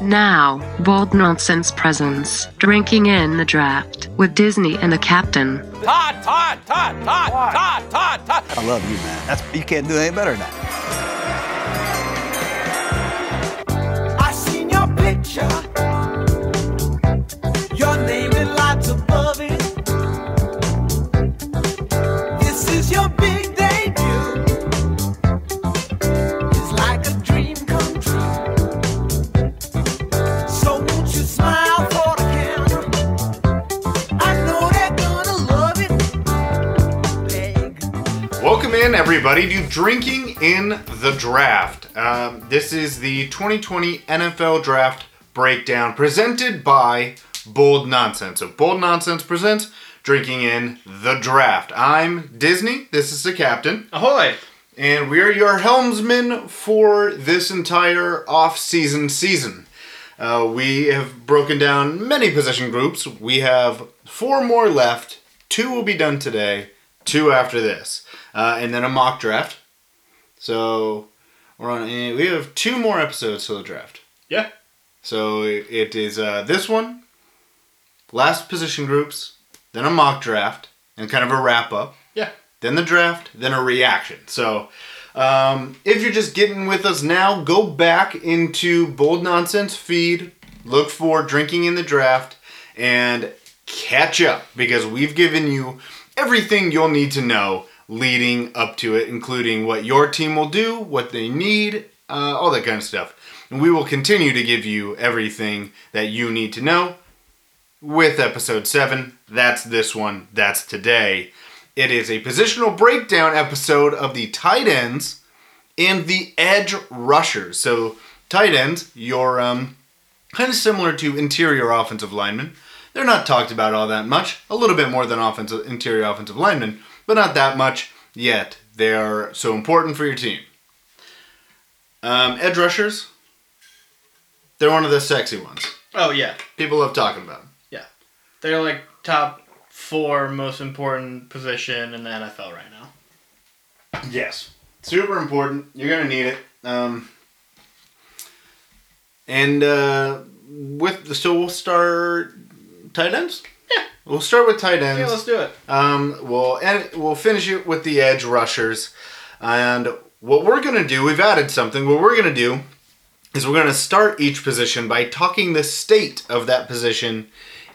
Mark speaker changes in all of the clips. Speaker 1: Now, bold nonsense presence, drinking in the draft with Disney and the Captain.
Speaker 2: Todd, Todd, Todd, Todd, Todd, Todd, Todd.
Speaker 3: I love you, man. That's you can't do any better than that.
Speaker 4: I seen your picture. Your name and lots above it. This is your big debut. It's like a dream come true. So won't you smile for the camera? I know they're gonna love it. Beg.
Speaker 5: Welcome in, everybody, to Drinking in the Draft. Um, this is the 2020 NFL Draft breakdown presented by Bold Nonsense. So, Bold Nonsense presents Drinking in the Draft. I'm Disney. This is the captain.
Speaker 6: Ahoy!
Speaker 5: And we are your helmsman for this entire off-season season. Uh, we have broken down many position groups. We have four more left. Two will be done today. Two after this, uh, and then a mock draft. So we're on. eh, We have two more episodes to the draft.
Speaker 6: Yeah.
Speaker 5: So it is uh, this one, last position groups, then a mock draft, and kind of a wrap up
Speaker 6: Yeah.
Speaker 5: then the draft, then a reaction. So, um, if you're just getting with us now, go back into Bold Nonsense feed, look for Drinking in the Draft, and catch up because we've given you everything you'll need to know leading up to it, including what your team will do, what they need, uh, all that kind of stuff. And we will continue to give you everything that you need to know with episode 7. That's this one, that's today. It is a positional breakdown episode of the tight ends and the edge rushers. So, tight ends, your um, kind of similar to interior offensive linemen. They're not talked about all that much. A little bit more than offensive interior offensive linemen, but not that much yet. They are so important for your team. Um, edge rushers. They're one of the sexy ones.
Speaker 6: Oh yeah.
Speaker 5: People love talking about. 'em.
Speaker 6: Yeah. They're like top four most important position in the NFL right now.
Speaker 5: Yes. Super important. You're going to need it. Um, and uh, with so we'll start tight ends.
Speaker 6: Yeah.
Speaker 5: We'll start with tight ends.
Speaker 6: Yeah, let's do it.
Speaker 5: Um, we'll end, we'll finish it with the edge rushers, and what we're gonna do, we've added something. What we're gonna do is we're gonna start each position by talking the state of that position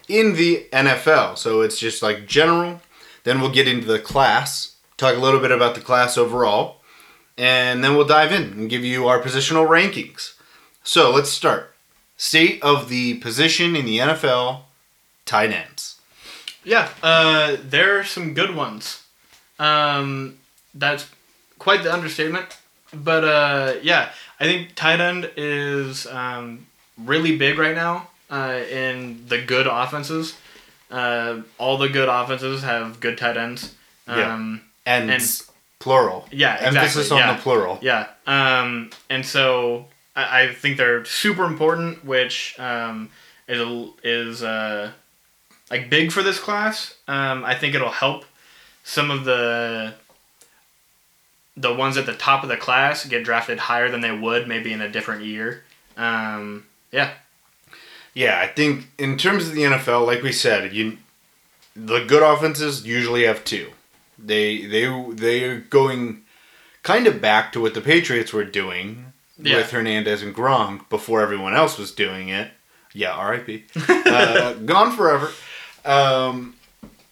Speaker 5: in the NFL. So it's just like general. Then we'll get into the class, talk a little bit about the class overall, and then we'll dive in and give you our positional rankings. So let's start. State of the position in the NFL, tight ends.
Speaker 6: Yeah. Uh, there are some good ones. Um, that's quite the understatement. But uh, yeah, I think tight end is um, really big right now uh, in the good offenses. Uh, all the good offenses have good tight ends.
Speaker 5: Yeah.
Speaker 6: Um,
Speaker 5: and,
Speaker 6: And-
Speaker 5: plural.
Speaker 6: Yeah, exactly.
Speaker 5: Emphasis on
Speaker 6: yeah.
Speaker 5: the plural.
Speaker 6: Yeah. Um, and so I, I think they're super important, which um, is a- is uh, like big for this class. Um, I think it'll help some of the the ones at the top of the class get drafted higher than they would maybe in a different year. Um, yeah.
Speaker 5: Yeah, I think in terms of the NFL, like we said, you the good offenses usually have two. They they they're going kind of back to what the Patriots were doing
Speaker 6: Yeah.
Speaker 5: with Hernandez and Gronk before everyone else was doing it. Yeah, R.I.P. uh, gone forever. Um,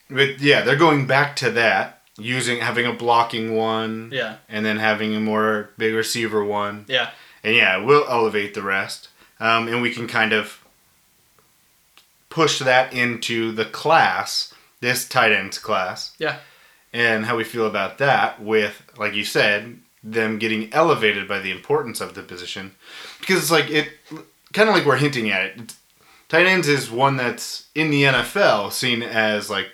Speaker 5: but yeah, they're going back to that using having a blocking one,
Speaker 6: Yeah.
Speaker 5: and then having a more big receiver one.
Speaker 6: Yeah.
Speaker 5: and yeah, we'll elevate the rest, um, and we can kind of push that into the class, this tight ends class,
Speaker 6: Yeah.
Speaker 5: and how we feel about that. With like you said, them getting elevated by the importance of the position, because it's like it, kind of like we're hinting at it. It's- Tight ends is one that's in the NFL seen as like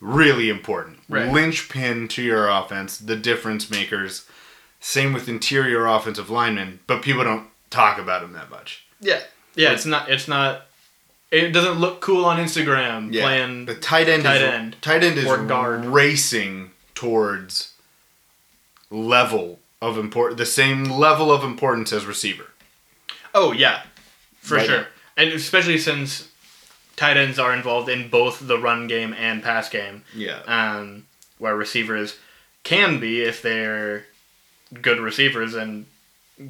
Speaker 5: really important,
Speaker 6: Right.
Speaker 5: linchpin to your offense, the difference makers. Same with interior offensive linemen, but people don't talk about them that much.
Speaker 6: Yeah. Yeah. It's not. It's not. It doesn't look cool on Instagram playing.
Speaker 5: the tight end.
Speaker 6: tight
Speaker 5: is,
Speaker 6: end
Speaker 5: Tight end is
Speaker 6: or guard.
Speaker 5: racing towards level of import the same level of importance as receiver.
Speaker 6: Oh yeah, for
Speaker 5: Right.
Speaker 6: sure, and especially since tight ends are involved in both the run game and pass game,
Speaker 5: Yeah.
Speaker 6: um, where receivers can be if they're good receivers and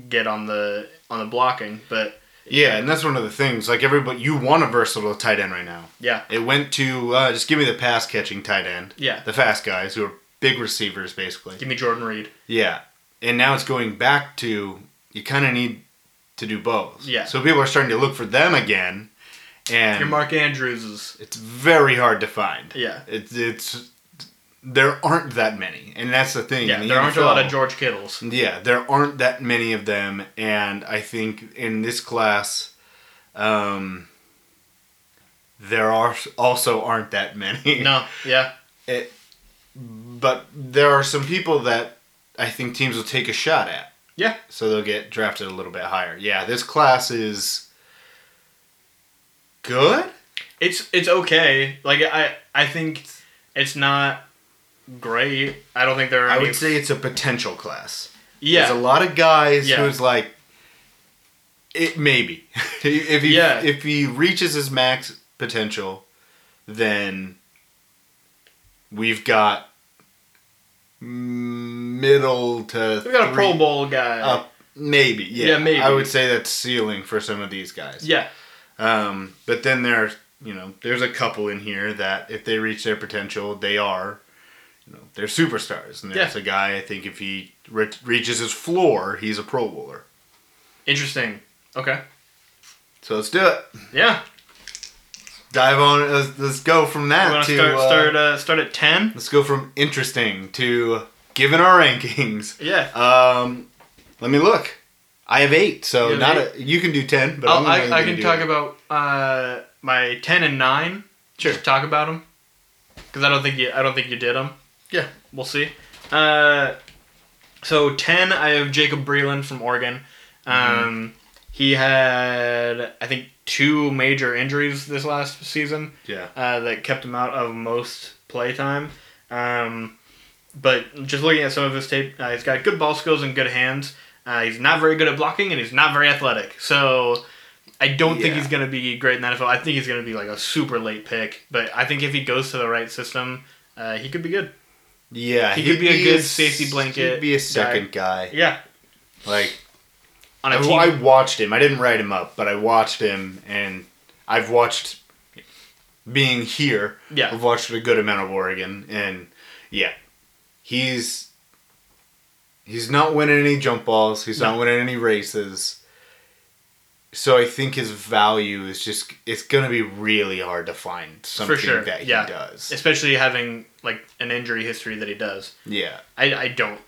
Speaker 6: get on the on the blocking. But
Speaker 5: Yeah, and that's one of the things. Like everybody, you want a versatile tight end right now.
Speaker 6: yeah,
Speaker 5: It went to uh, just give me the pass catching tight end.
Speaker 6: Yeah.
Speaker 5: the fast guys who are big receivers basically.
Speaker 6: give me Jordan Reed.
Speaker 5: Yeah, and now it's going back to you kind of need to do both.
Speaker 6: Yeah.
Speaker 5: so people are starting to look for them again, and
Speaker 6: Your Mark Andrews is
Speaker 5: it's very hard to find.
Speaker 6: Yeah.
Speaker 5: it's it's there aren't that many, and that's the thing.
Speaker 6: yeah.
Speaker 5: in the
Speaker 6: there aren't a lot
Speaker 5: NFL.
Speaker 6: of George Kittles.
Speaker 5: Yeah, there aren't that many of them, and I think in this class, um, there are also aren't that many.
Speaker 6: No, yeah,
Speaker 5: It, but there are some people that I think teams will take a shot at,
Speaker 6: yeah.
Speaker 5: so they'll get drafted a little bit higher. Yeah, this class is good.
Speaker 6: It's it's okay. Like I I think it's not great. I don't think there are.
Speaker 5: I
Speaker 6: any,
Speaker 5: would say it's a potential class.
Speaker 6: yeah.
Speaker 5: There's a lot of guys
Speaker 6: Yeah.
Speaker 5: who's like, it maybe if he
Speaker 6: Yeah.
Speaker 5: if he reaches his max potential, then we've got middle to
Speaker 6: we got a
Speaker 5: three-
Speaker 6: Pro Bowl guy.
Speaker 5: up maybe yeah.
Speaker 6: Yeah, maybe.
Speaker 5: I would say that's ceiling for some of these guys.
Speaker 6: yeah,
Speaker 5: Um, but then there's you know there's a couple in here that if they reach their potential, they are, you know, they're superstars. And there's
Speaker 6: Yeah.
Speaker 5: a guy I think if he re- reaches his floor, he's a Pro Bowler.
Speaker 6: interesting. Okay,
Speaker 5: So let's do it.
Speaker 6: yeah.
Speaker 5: Dive on. Let's, let's go from
Speaker 6: We
Speaker 5: that
Speaker 6: want
Speaker 5: to
Speaker 6: to start
Speaker 5: uh,
Speaker 6: start uh, start at ten.
Speaker 5: let's go from interesting to given our rankings.
Speaker 6: Yeah,
Speaker 5: Um, let me look. I have eight, so
Speaker 6: You have
Speaker 5: not
Speaker 6: eight?
Speaker 5: a. You can do ten, but
Speaker 6: I'll,
Speaker 5: I'm
Speaker 6: I
Speaker 5: only
Speaker 6: I
Speaker 5: gonna
Speaker 6: can
Speaker 5: do
Speaker 6: talk
Speaker 5: eight.
Speaker 6: about uh my ten and nine.
Speaker 5: Sure.
Speaker 6: Just talk about them because I don't think you I don't think you did them.
Speaker 5: Yeah.
Speaker 6: We'll see. Uh, so ten, I have Jacob Breland from Oregon. Um, he had I think two major injuries this last season
Speaker 5: Yeah.
Speaker 6: uh, that kept him out of most play time. Um, but just looking at some of his tape, uh, he's got good ball skills and good hands. Uh, he's not very good at blocking, and he's not very athletic. So I don't think
Speaker 5: Yeah.
Speaker 6: he's going to be great in the NFL. I think he's going to be like a super late pick. But I think if he goes to the right system, uh, he could be good.
Speaker 5: Yeah,
Speaker 6: He could
Speaker 5: he'd
Speaker 6: be a good
Speaker 5: s-
Speaker 6: safety blanket
Speaker 5: He'd be
Speaker 6: guy.
Speaker 5: a second guy.
Speaker 6: Yeah,
Speaker 5: Like
Speaker 6: on
Speaker 5: I,
Speaker 6: a team.
Speaker 5: I watched him. I didn't write him up, but I watched him, and I've watched being here.
Speaker 6: Yeah.
Speaker 5: I've watched a good amount of Oregon, and yeah, he's he's not winning any jump balls. He's not winning any races. So I think his value is just it's gonna be really hard to find something
Speaker 6: sure,
Speaker 5: that he
Speaker 6: yeah.
Speaker 5: does.
Speaker 6: especially having like an injury history that he does.
Speaker 5: Yeah.
Speaker 6: I, I don't.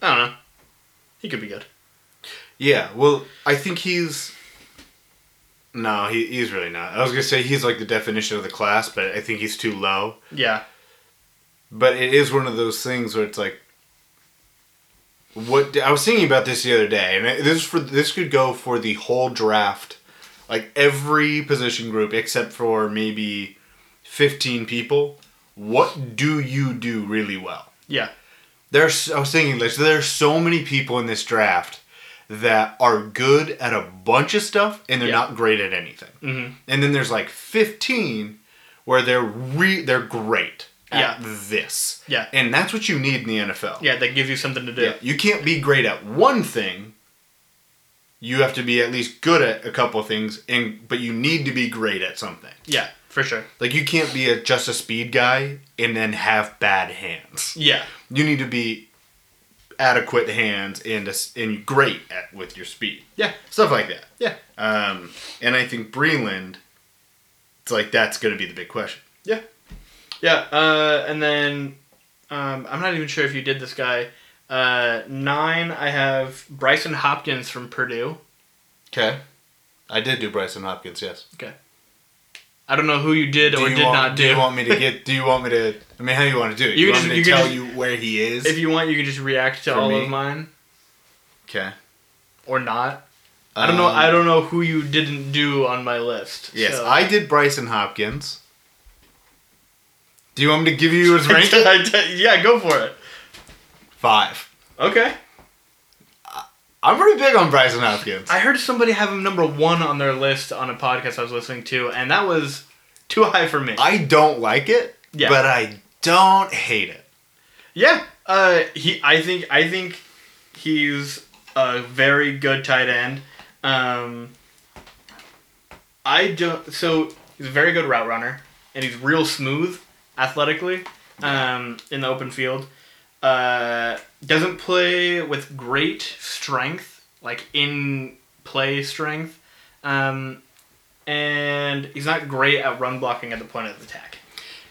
Speaker 6: I don't know. He could be good.
Speaker 5: Yeah, well, I think he's. No, he, he's really not. I was gonna say he's like the definition of the class, but I think he's too low.
Speaker 6: Yeah.
Speaker 5: But it is one of those things where it's like, what I was thinking about this the other day, and this is for this could go for the whole draft, like every position group except for maybe fifteen people. What do you do really well?
Speaker 6: Yeah.
Speaker 5: There's I was thinking like there's so many people in this draft that are good at a bunch of stuff and they're
Speaker 6: Yeah.
Speaker 5: not great at anything. Mm-hmm. And then there's like 15 where they're re- they're great at
Speaker 6: Yeah.
Speaker 5: this.
Speaker 6: Yeah.
Speaker 5: And that's what you need in the NFL.
Speaker 6: Yeah, that gives you something to do.
Speaker 5: Yeah, You can't be great at one thing. You have to be at least good at a couple of things and but you need to be great at something.
Speaker 6: Yeah, for sure.
Speaker 5: Like you can't be a, just a speed guy and then have bad hands
Speaker 6: Yeah,
Speaker 5: you need to be adequate hands and and great at with your speed.
Speaker 6: yeah,
Speaker 5: Stuff like that.
Speaker 6: yeah,
Speaker 5: Um, and I think Breland, it's like that's going to be the big question.
Speaker 6: yeah, yeah. Uh, and then um, I'm not even sure if you did this guy. Uh, nine, I have Bryson Hopkins from Purdue.
Speaker 5: Okay. I did do Bryson Hopkins, yes.
Speaker 6: Okay. I don't know who you did or
Speaker 5: you
Speaker 6: did
Speaker 5: want,
Speaker 6: not do.
Speaker 5: you want me to get? Do you want me to? I mean, how do you want to do it?
Speaker 6: You
Speaker 5: You,
Speaker 6: can
Speaker 5: want
Speaker 6: just-
Speaker 5: me
Speaker 6: you
Speaker 5: to
Speaker 6: can
Speaker 5: tell
Speaker 6: just-
Speaker 5: you where he is?
Speaker 6: if you want, you can just react to
Speaker 5: For
Speaker 6: all
Speaker 5: me?
Speaker 6: of mine
Speaker 5: okay.
Speaker 6: or not. I don't know.
Speaker 5: Um,
Speaker 6: I don't know who you didn't do on my list.
Speaker 5: Yes,
Speaker 6: so-
Speaker 5: I did Bryson Hopkins. Do you want me to give you his rank?
Speaker 6: I did- yeah, go for it.
Speaker 5: Five.
Speaker 6: Okay.
Speaker 5: I'm pretty big on Bryson Hopkins.
Speaker 6: I heard somebody have him number one on their list on a podcast I was listening to, and that was too high for me.
Speaker 5: I don't like it,
Speaker 6: Yeah.
Speaker 5: but I don't hate it.
Speaker 6: yeah, uh, he. I think. I think he's a very good tight end. Um, I don't. So he's a very good route runner, and he's real smooth athletically um, in the open field. Uh, doesn't play with great strength, like in play strength, um, and he's not great at run blocking at the point of attack.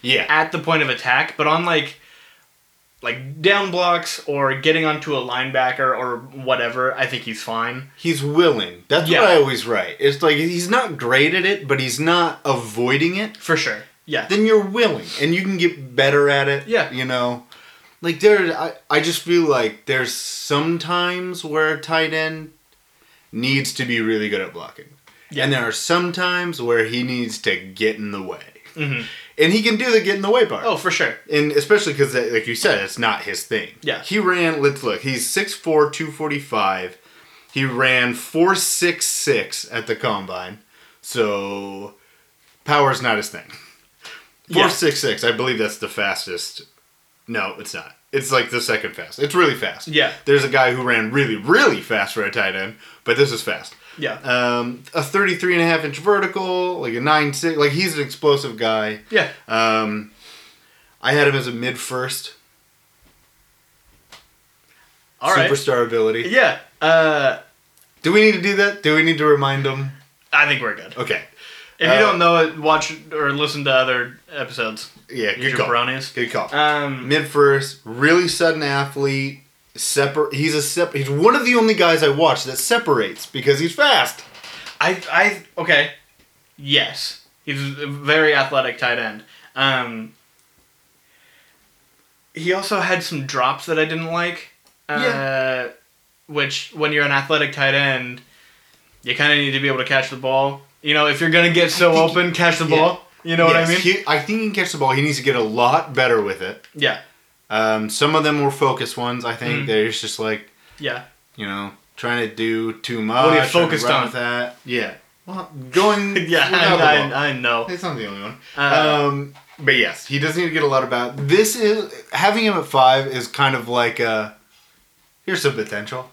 Speaker 5: Yeah.
Speaker 6: At the point of attack, but on like like down blocks or getting onto a linebacker or whatever, I think he's fine.
Speaker 5: He's willing. That's
Speaker 6: Yeah.
Speaker 5: what I always write. It's like he's not great at it, but he's not avoiding it.
Speaker 6: For sure. Yeah.
Speaker 5: Then you're willing and you can get better at it.
Speaker 6: Yeah.
Speaker 5: You know? Like there I, I just feel like there's sometimes where a tight end needs to be really good at blocking.
Speaker 6: Yeah.
Speaker 5: And there are some times where he needs to get in the way.
Speaker 6: Mhm.
Speaker 5: And he can do the get in the way part.
Speaker 6: Oh, for sure.
Speaker 5: and especially because like you said it's not his thing
Speaker 6: Yeah.
Speaker 5: he ran let's look he's 6'4 245 he ran 466 at the combine so power's not his thing
Speaker 6: Yeah.
Speaker 5: 466 i believe that's the fastest no it's not it's like the second fast it's really fast
Speaker 6: Yeah.
Speaker 5: there's a guy who ran really really fast for a tight end but this is fast
Speaker 6: Yeah.
Speaker 5: um, a 33 and a half inch vertical like a 9 6 like he's an explosive guy
Speaker 6: yeah.
Speaker 5: um, I had him as a mid first
Speaker 6: All right.
Speaker 5: superstar ability.
Speaker 6: Yeah. Uh,
Speaker 5: Do we need to do that? Do we need to remind him?
Speaker 6: I think we're good.
Speaker 5: Okay.
Speaker 6: If
Speaker 5: Uh,
Speaker 6: you don't know it, watch or listen to other episodes.
Speaker 5: Yeah, good
Speaker 6: Your
Speaker 5: call.
Speaker 6: brownies.
Speaker 5: Good call.
Speaker 6: Um,
Speaker 5: mid first, really sudden athlete. Separ- he's a sep- he's one of the only guys I watch that separates because he's fast.
Speaker 6: I, I, okay. Yes, he's a very athletic tight end. Um, he also had some drops that I didn't like. Uh, Which, when you're an athletic tight end, you kind of need to be able to catch the ball. You know, if you're gonna get so open, catch the
Speaker 5: Yeah.
Speaker 6: ball. You know what I mean?
Speaker 5: Yes, he- I think he can catch the ball. He needs to get a lot better with it.
Speaker 6: yeah,
Speaker 5: Um, some of them were focused ones. I think
Speaker 6: Mhm.
Speaker 5: they're just like
Speaker 6: yeah,
Speaker 5: you know, trying to do too much.
Speaker 6: are you
Speaker 5: trying to
Speaker 6: focused
Speaker 5: run
Speaker 6: on?
Speaker 5: With that, yeah. Well, going
Speaker 6: yeah.
Speaker 5: without the ball.
Speaker 6: I, I, I know.
Speaker 5: It's not the only one.
Speaker 6: Uh,
Speaker 5: um, but yes, he does need to get a lot about. This is having him at five is kind of like a here's some potential.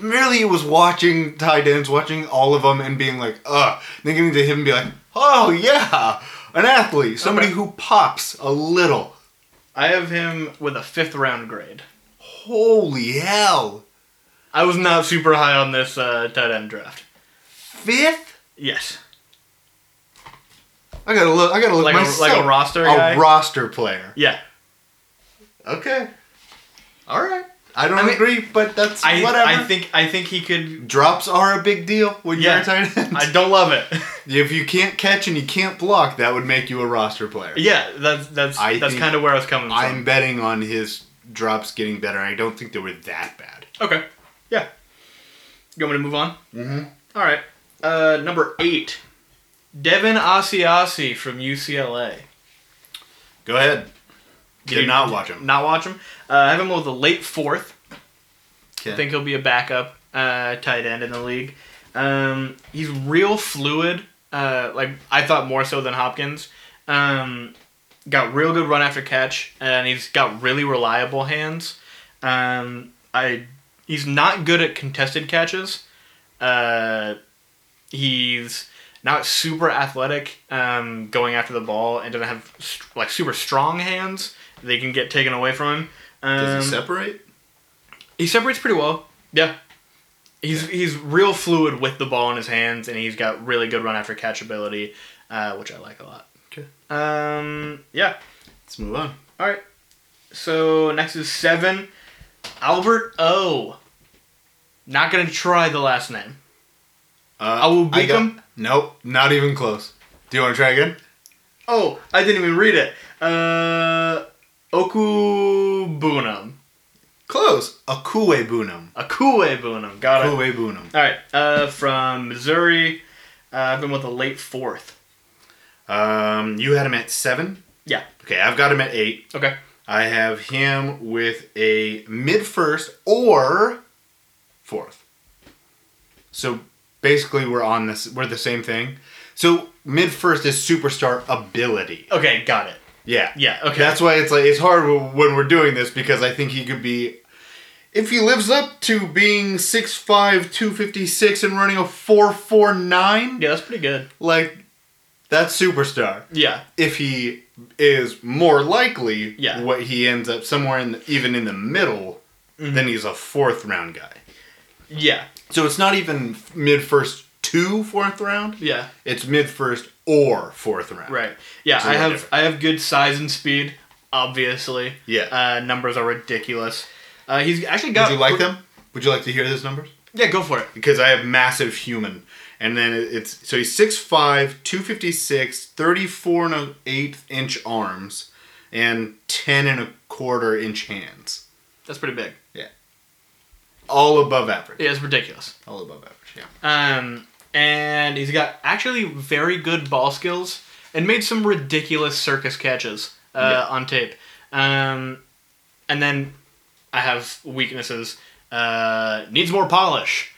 Speaker 5: Merely, it was watching tight ends, watching all of them, and being like, ugh. Then getting to him and be like, oh yeah, an athlete, somebody
Speaker 6: Okay.
Speaker 5: who pops a little.
Speaker 6: I have him with a fifth round grade.
Speaker 5: Holy hell,
Speaker 6: I was not super high on this uh, tight end draft.
Speaker 5: fifth.
Speaker 6: Yes.
Speaker 5: I gotta look. I gotta look
Speaker 6: Like a- like a
Speaker 5: myself.
Speaker 6: roster guy?
Speaker 5: a roster player.
Speaker 6: Yeah.
Speaker 5: Okay, all right. I don't
Speaker 6: I mean,
Speaker 5: agree, but that's
Speaker 6: I,
Speaker 5: whatever.
Speaker 6: I think I think he could.
Speaker 5: drops are a big deal when
Speaker 6: Yeah.
Speaker 5: you're a tight end.
Speaker 6: I don't love it.
Speaker 5: if you can't catch and you can't block, that would make you a roster player.
Speaker 6: yeah, that's that's
Speaker 5: I
Speaker 6: that's
Speaker 5: think
Speaker 6: kind of where I was coming
Speaker 5: I'm
Speaker 6: from.
Speaker 5: betting on his drops getting better. I don't think they were that bad.
Speaker 6: okay. Yeah. You want me to move on?
Speaker 5: Mhm.
Speaker 6: All right. Uh, number eight, Devin Asiasi from UCLA.
Speaker 5: Go ahead. Did
Speaker 6: you-
Speaker 5: not watch him.
Speaker 6: Not watch him. Uh, I have him with a late fourth.
Speaker 5: Okay.
Speaker 6: I think he'll be a backup uh, tight end in the league. Um, he's real fluid. Uh, like I thought more so than Hopkins. Um, got real good run after catch, and he's got really reliable hands. Um, I he's not good at contested catches. Uh, he's not super athletic um, going after the ball, and doesn't have st- like super strong hands. They can get taken away from him. Um,
Speaker 5: Does he separate?
Speaker 6: he separates pretty well. Yeah. He's he's real fluid with the ball in his hands, and he's got really good run after catch ability, uh, which I like a lot.
Speaker 5: Okay.
Speaker 6: Um. Yeah.
Speaker 5: Let's move on.
Speaker 6: All right. So next is seven, Albert O. Not gonna try the last name.
Speaker 5: Uh,
Speaker 6: Awubikam?
Speaker 5: got- Nope, not even close. Do you want to try again?
Speaker 6: Oh, I didn't even read it. Uh, Okubunum,
Speaker 5: Close. Akue Bunum.
Speaker 6: Akue Got it.
Speaker 5: Akue Bunum.
Speaker 6: All right. Uh, from Missouri. Uh, I've been with a late fourth.
Speaker 5: Um, you had him at seven.
Speaker 6: Yeah.
Speaker 5: Okay, I've got him at eight.
Speaker 6: Okay.
Speaker 5: I have him with a mid first or fourth. So basically, we're on this. We're the same thing. So mid first is superstar ability.
Speaker 6: Okay, got it.
Speaker 5: Yeah,
Speaker 6: Yeah, okay.
Speaker 5: That's why it's like it's hard w- when we're doing this because I think he could be, if he lives up to being 6'5", 256 and running a four four nine,
Speaker 6: Yeah, that's pretty good.
Speaker 5: like that's superstar.
Speaker 6: Yeah.
Speaker 5: If he is more likely,
Speaker 6: Yeah.
Speaker 5: what he ends up somewhere in the, even in the middle, then he's a fourth round guy.
Speaker 6: Yeah.
Speaker 5: Mm-hmm. So it's not even mid first to fourth round.
Speaker 6: Yeah.
Speaker 5: It's mid first or fourth round.
Speaker 6: Right. Yeah,
Speaker 5: It's a
Speaker 6: I
Speaker 5: little
Speaker 6: have
Speaker 5: different.
Speaker 6: I have good size and speed, obviously.
Speaker 5: Yeah.
Speaker 6: Uh, numbers are ridiculous. Uh, he's actually
Speaker 5: Would
Speaker 6: got
Speaker 5: you like them? Would you like to hear those numbers?
Speaker 6: Yeah, go for it.
Speaker 5: because I have massive human. And then it- it's so he's 6'5, 256, 34 and an eighth inch arms, and 10 and a quarter inch hands.
Speaker 6: That's pretty big.
Speaker 5: All above average.
Speaker 6: Yeah, it's ridiculous.
Speaker 5: All above average, yeah.
Speaker 6: Um, and he's got actually very good ball skills and made some ridiculous circus catches uh, on tape. Um, and then I have weaknesses. Uh, needs more polish. Uh,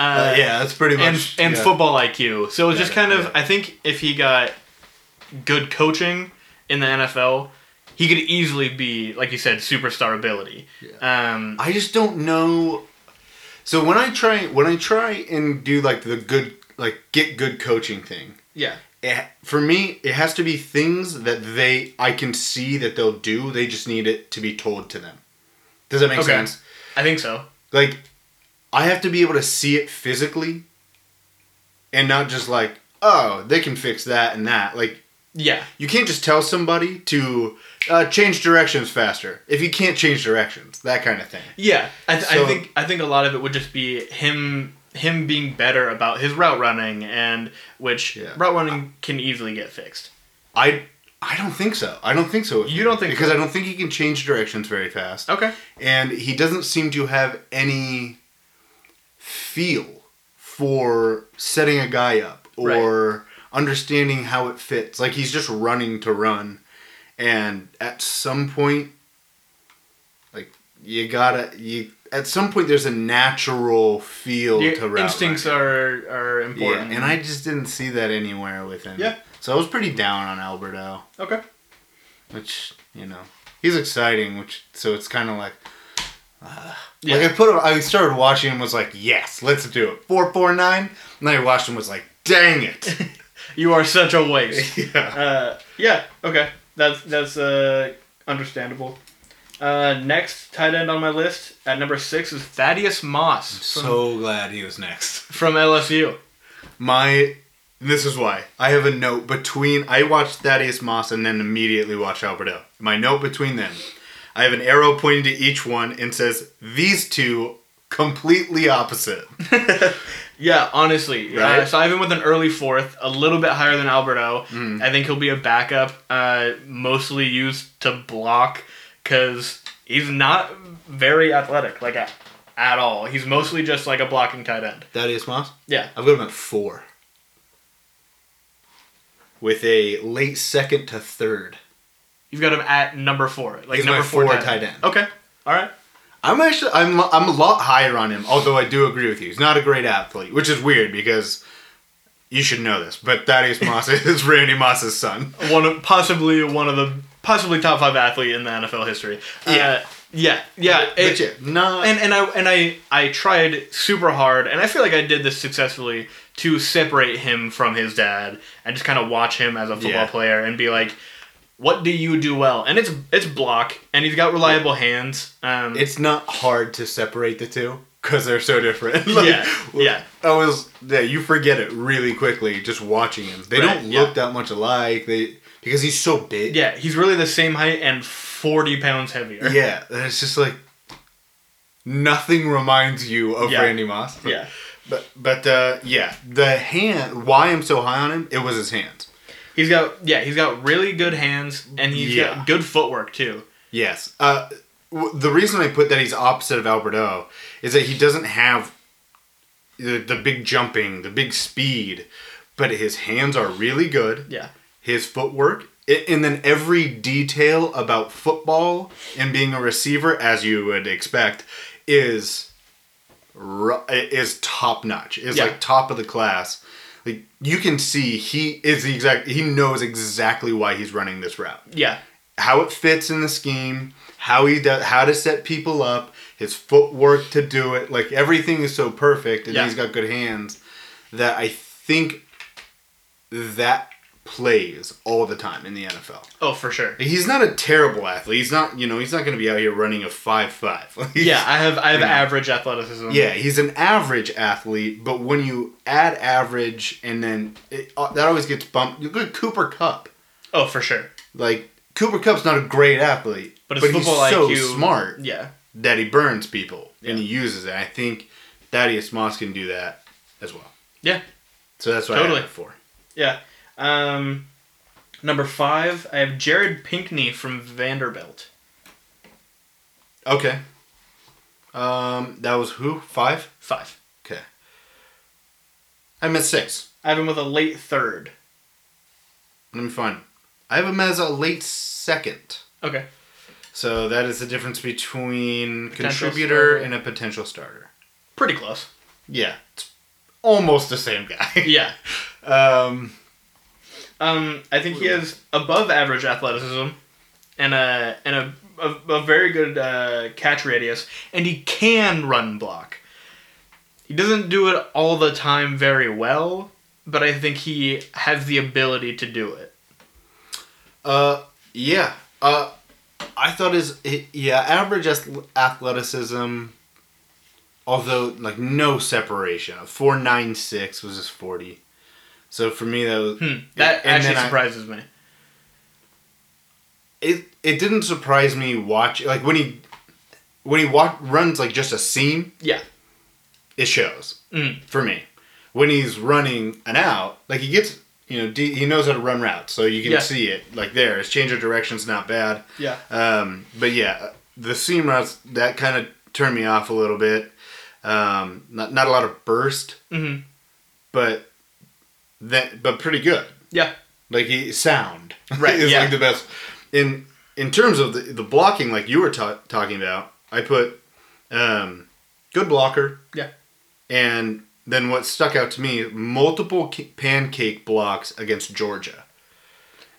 Speaker 5: Uh, yeah, that's pretty
Speaker 6: and
Speaker 5: much.
Speaker 6: and
Speaker 5: yeah.
Speaker 6: football IQ. So it's
Speaker 5: Yeah,
Speaker 6: just kind of
Speaker 5: yeah.
Speaker 6: I think if he got good coaching in the NFL, he could easily be like you said superstar ability. Um,
Speaker 5: I just don't know. So when I try when I try and do like the good like get good coaching thing,
Speaker 6: yeah.
Speaker 5: it, for me it has to be things that they I can see that they'll do. They just need it to be told to them. Does that make
Speaker 6: Okay.
Speaker 5: sense?
Speaker 6: I think so.
Speaker 5: like I have to be able to see it physically and not just like, oh, they can fix that and that. Like
Speaker 6: Yeah.
Speaker 5: you can't just tell somebody to uh, change directions faster if you can't change directions, that kind of thing.
Speaker 6: Yeah, I, th- I
Speaker 5: So-
Speaker 6: think I think a lot of it would just be him him being better about his route running and which
Speaker 5: Yeah.
Speaker 6: route running can easily get fixed.
Speaker 5: I I don't think so. I don't think so.
Speaker 6: You don't think
Speaker 5: because I don't think he can change directions very fast.
Speaker 6: Okay.
Speaker 5: and he doesn't seem to have any feel for setting a guy up or understanding how it fits. Like he's just running to run, and at some point, like you gotta you. At some point, there's a natural feel
Speaker 6: Your
Speaker 5: to route
Speaker 6: instincts
Speaker 5: running.
Speaker 6: are are
Speaker 5: yeah,
Speaker 6: important.
Speaker 5: and I just didn't see that anywhere with him.
Speaker 6: Yeah.
Speaker 5: so I was pretty down on Alberto
Speaker 6: okay.
Speaker 5: which you know he's exciting which so it's kind of like uh,
Speaker 6: Yeah.
Speaker 5: like i put i started watching and was like yes let's do it 449 and then i watched him was like dang it
Speaker 6: You are such a waste.
Speaker 5: yeah
Speaker 6: uh, yeah. Okay. That's that's uh, understandable. Uh, next tight end on my list at number six is Thaddeus Moss from,
Speaker 5: so glad he was next
Speaker 6: from LSU.
Speaker 5: my this is why i have a note between i watched thaddeus moss and then immediately watched alberto my note between them i have an arrow pointing to each one and says these two completely opposite
Speaker 6: Yeah, honestly. Uh,
Speaker 5: Right?
Speaker 6: so I have him with an early fourth, a little bit higher than Alberto.
Speaker 5: Hmm.
Speaker 6: I think he'll be a backup, uh, mostly used to block because he's not very athletic, like at, at all. He's mostly just like a blocking tight end.
Speaker 5: thaddeus moss
Speaker 6: Yeah.
Speaker 5: I've got him at four. With a late second to third.
Speaker 6: You've got him at number four, like
Speaker 5: He's my
Speaker 6: number four,
Speaker 5: four
Speaker 6: tight,
Speaker 5: tight
Speaker 6: end.
Speaker 5: end.
Speaker 6: Okay, all right.
Speaker 5: I'm actually I'm I'm a lot higher on him, although I do agree with you. He's not a great athlete, which is weird because you should know this, but Thaddeus Moss is Randy Moss's son.
Speaker 6: one of possibly one of the possibly top five athlete in the NFL history.
Speaker 5: Yeah.
Speaker 6: uh, yeah, yeah.
Speaker 5: But
Speaker 6: it-
Speaker 5: yeah, not
Speaker 6: and and I and I I tried super hard, and I feel like I did this successfully to separate him from his dad and just kind of watch him as a football
Speaker 5: Yeah.
Speaker 6: player and be like, what do you do well? And it's it's block, and he's got reliable hands. Um,
Speaker 5: it's not hard to separate the two because they're so different.
Speaker 6: Yeah, yeah.
Speaker 5: I was yeah. You forget it really quickly just watching him. They
Speaker 6: Right,
Speaker 5: don't
Speaker 6: yeah.
Speaker 5: look that much alike. They because he's so big.
Speaker 6: yeah, he's really the same height and forty pounds heavier.
Speaker 5: Yeah, and it's just like nothing reminds you of
Speaker 6: Yeah.
Speaker 5: Randy Moss.
Speaker 6: yeah.
Speaker 5: but but uh, yeah, the hand. Why I'm so high on him? It was his hands.
Speaker 6: He's got yeah, he's got really good hands, and he's
Speaker 5: Yeah.
Speaker 6: got good footwork too.
Speaker 5: Yes. Uh, w- the reason I put that he's opposite of Alberto is that he doesn't have the, the big jumping, the big speed, but his hands are really good.
Speaker 6: Yeah.
Speaker 5: his footwork i- and then every detail about football and being a receiver as you would expect is ru- is top notch. Is
Speaker 6: Yeah.
Speaker 5: like top of the class. Like you can see, he is the exact. He knows exactly why he's running this route,
Speaker 6: Yeah.
Speaker 5: how it fits in the scheme, how he does, how to set people up, his footwork to do it. Like everything is so perfect, and
Speaker 6: Yeah.
Speaker 5: he's got good hands. That I think that plays all the time in the NFL.
Speaker 6: Oh, for sure.
Speaker 5: He's not a terrible athlete. He's not, you know, he's not going to be out here running a five five.
Speaker 6: Yeah, I have I have
Speaker 5: Yeah.
Speaker 6: average athleticism.
Speaker 5: yeah, he's an average athlete, but when you add average and then it, uh, that always gets bumped. Look at Cooper Cup.
Speaker 6: Oh, for sure.
Speaker 5: Like Cooper Cup's not a great athlete,
Speaker 6: But
Speaker 5: but,
Speaker 6: his
Speaker 5: he's
Speaker 6: football
Speaker 5: so
Speaker 6: IQ
Speaker 5: smart
Speaker 6: Yeah.
Speaker 5: that he burns people and he
Speaker 6: Yeah.
Speaker 5: uses it. I think Thaddeus Moss can do that as well.
Speaker 6: Yeah.
Speaker 5: So that's what I
Speaker 6: Totally.
Speaker 5: have it for.
Speaker 6: Yeah. Um, number five, I have Jared Pinkney from Vanderbilt.
Speaker 5: Okay. Um, that was who five.
Speaker 6: Five.
Speaker 5: Okay. I missed six.
Speaker 6: I have him with a late third.
Speaker 5: Let me find him. I have him as a late second.
Speaker 6: Okay.
Speaker 5: So that is the difference between
Speaker 6: Potential
Speaker 5: contributor
Speaker 6: starter.
Speaker 5: and a potential starter.
Speaker 6: Pretty close.
Speaker 5: Yeah. It's almost the same guy.
Speaker 6: Yeah.
Speaker 5: um,
Speaker 6: Um, I think he has above average athleticism and a and a, a, a very good uh, catch radius, and he can run block. He doesn't do it all the time very well, but I think he has the ability to do it.
Speaker 5: uh, yeah. Uh, I thought his, i- yeah, average ath- athleticism, although, like, no separation. 496 was his 40. So for me, that was.
Speaker 6: Hmm. That
Speaker 5: and
Speaker 6: actually
Speaker 5: then I-
Speaker 6: surprises me.
Speaker 5: it it didn't surprise me watch like when he when he walk runs like just a seam
Speaker 6: Yeah.
Speaker 5: it shows
Speaker 6: Mm.
Speaker 5: for me when he's running an out like he gets you know de- he knows how to run routes so you can
Speaker 6: Yeah.
Speaker 5: see it like there his change of direction's not bad
Speaker 6: Yeah.
Speaker 5: um but yeah the seam routes that kind of turned me off a little bit um not not a lot of burst
Speaker 6: hmm
Speaker 5: but that but pretty good
Speaker 6: Yeah.
Speaker 5: like he sound
Speaker 6: Right,
Speaker 5: is
Speaker 6: yeah.
Speaker 5: like the best in in terms of the, the blocking like you were ta- talking about i put um good blocker
Speaker 6: Yeah.
Speaker 5: and then what stuck out to me multiple ca- pancake blocks against georgia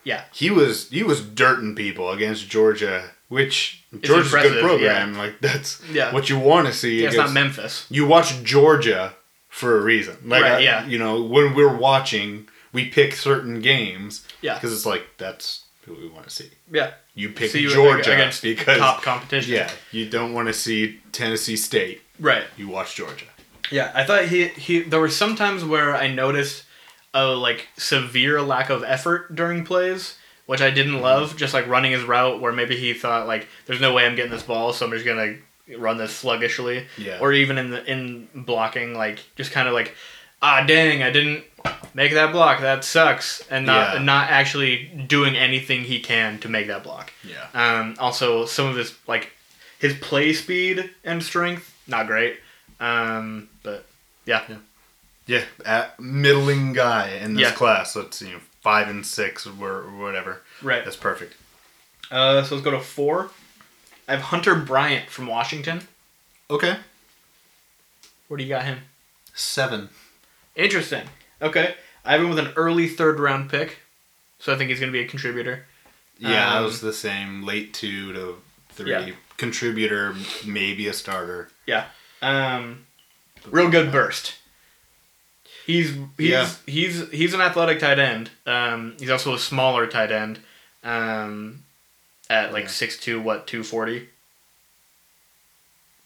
Speaker 6: Yeah.
Speaker 5: he was he was dirting people against georgia which georgia's a
Speaker 6: impressive,
Speaker 5: good program like that's
Speaker 6: Yeah.
Speaker 5: what you want to see
Speaker 6: yeah it's not
Speaker 5: against-
Speaker 6: Memphis.
Speaker 5: you watch Georgia for a reason. Like,
Speaker 6: Right,
Speaker 5: I-
Speaker 6: yeah.
Speaker 5: You know, when we're watching, we pick certain games.
Speaker 6: Yeah.
Speaker 5: Because it's like, that's who we want to see.
Speaker 6: Yeah.
Speaker 5: You pick
Speaker 6: See you
Speaker 5: Georgia
Speaker 6: against
Speaker 5: because,
Speaker 6: top competition.
Speaker 5: yeah, you don't want to see Tennessee State.
Speaker 6: Right.
Speaker 5: You watch Georgia.
Speaker 6: Yeah, I thought he he. There were some times where I noticed a like severe lack of effort during plays, which I didn't
Speaker 5: Mm-hmm.
Speaker 6: love. Just like running his route, where maybe he thought like, "There's no way I'm getting this ball, so I'm just gonna run this sluggishly."
Speaker 5: Yeah.
Speaker 6: Or even in the in blocking, like just kind of like, "Ah, dang, I didn't make that block. That sucks," and not
Speaker 5: Yeah.
Speaker 6: and not actually doing anything he can to make that block.
Speaker 5: Yeah.
Speaker 6: Um, also, some of his like his play speed and strength not great. Um, but yeah,
Speaker 5: Yeah. At middling guy in this
Speaker 6: Yeah.
Speaker 5: class. Let's see, five and six or whatever.
Speaker 6: right.
Speaker 5: That's perfect.
Speaker 6: Uh, so let's go to four. I have Hunter Bryant from Washington.
Speaker 5: Okay.
Speaker 6: Where do you got him?
Speaker 5: Seven.
Speaker 6: Interesting. Okay, I have him with an early third round pick, so I think he's going to be a contributor.
Speaker 5: Yeah,
Speaker 6: Um,
Speaker 5: that was the same. Late two to three.
Speaker 6: Yeah.
Speaker 5: Contributor, maybe a starter.
Speaker 6: Yeah. Um, real good burst. He's he's
Speaker 5: Yeah.
Speaker 6: he's he's an athletic tight end. Um, he's also a smaller tight end. Um, at like
Speaker 5: Yeah.
Speaker 6: six two, what two forty?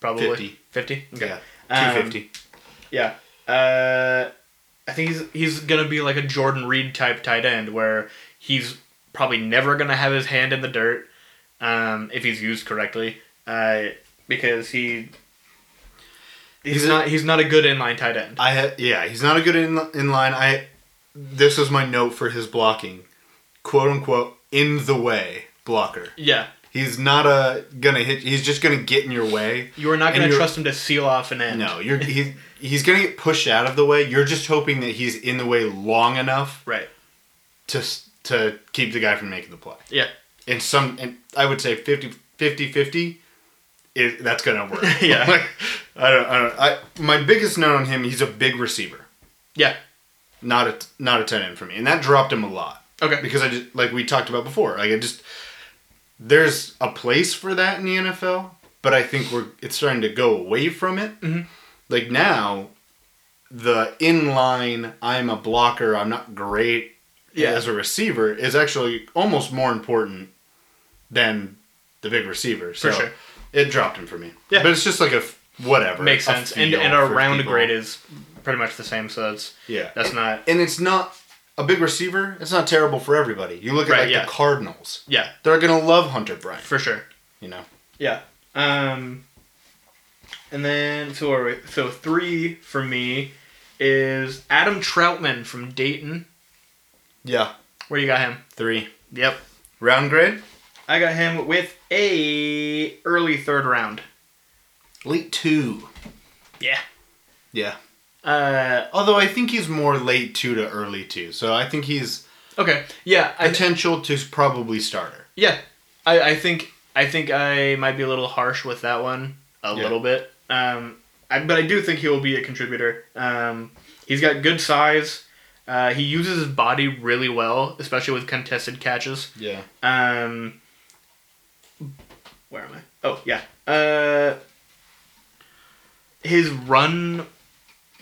Speaker 6: Probably
Speaker 5: 50.
Speaker 6: Okay.
Speaker 5: Yeah.
Speaker 6: Um,
Speaker 5: 250.
Speaker 6: Yeah. Uh, I think he's he's gonna be like a Jordan Reed type tight end where he's probably never gonna have his hand in the dirt um, if he's used correctly, uh, because he he's,
Speaker 5: He's a-
Speaker 6: not he's not a good inline tight end.
Speaker 5: I ha- yeah, he's not a good in in line. I this is my note for his blocking, quote unquote, in the way blocker.
Speaker 6: yeah,
Speaker 5: He's not a gonna hit. He's just gonna get in your way.
Speaker 6: you are not
Speaker 5: And
Speaker 6: gonna
Speaker 5: you're-
Speaker 6: trust him to seal off an end.
Speaker 5: No, you're he's he's gonna get pushed out of the way. You're just hoping that he's in the way long enough
Speaker 6: Right.
Speaker 5: to s- to keep the guy from making the play.
Speaker 6: Yeah.
Speaker 5: And some and I would say 50 50 50 it, that's gonna work.
Speaker 6: Yeah.
Speaker 5: Like, I don't. I don't. I my biggest note on him. He's a big receiver,
Speaker 6: Yeah.
Speaker 5: not a not a tight end for me, and that dropped him a lot
Speaker 6: Okay.
Speaker 5: because I just like we talked about before. Like I just there's a place for that in the NFL, but I think we're it's starting to go away from it.
Speaker 6: Mhm.
Speaker 5: Like now, the inline I'm a blocker, I'm not great
Speaker 6: Yeah.
Speaker 5: as a receiver is actually almost more important than the big receiver. So
Speaker 6: sure.
Speaker 5: it dropped him for me.
Speaker 6: Yeah.
Speaker 5: but it's just like a f- whatever
Speaker 6: Makes
Speaker 5: a
Speaker 6: sense. And
Speaker 5: feel
Speaker 6: and our
Speaker 5: for
Speaker 6: round
Speaker 5: people.
Speaker 6: grade is pretty much the same, so that's
Speaker 5: yeah
Speaker 6: that's not
Speaker 5: and it's not a big receiver. It's not terrible for everybody. You look at
Speaker 6: Right,
Speaker 5: like
Speaker 6: yeah.
Speaker 5: the Cardinals;
Speaker 6: yeah,
Speaker 5: they're gonna love Hunter Bryant.
Speaker 6: for sure.
Speaker 5: You know,
Speaker 6: Yeah. Um and then so are we, so three for me is Adam Troutman from Dayton.
Speaker 5: yeah,
Speaker 6: Where you got him?
Speaker 5: three
Speaker 6: Yep.
Speaker 5: round grade,
Speaker 6: I got him with a early third round.
Speaker 5: late two.
Speaker 6: Yeah.
Speaker 5: Yeah,
Speaker 6: Uh
Speaker 5: although I think he's more late two to early two, so I think he's
Speaker 6: okay. Yeah, I
Speaker 5: potential to probably starter.
Speaker 6: yeah. I, I think I think I might be a little harsh with that one a
Speaker 5: Yeah.
Speaker 6: little bit. Um I, but I do think he will be a contributor. Um he's got good size. Uh, he uses his body really well, especially with contested catches.
Speaker 5: Yeah,
Speaker 6: Um, where am I? Oh yeah. Uh, his run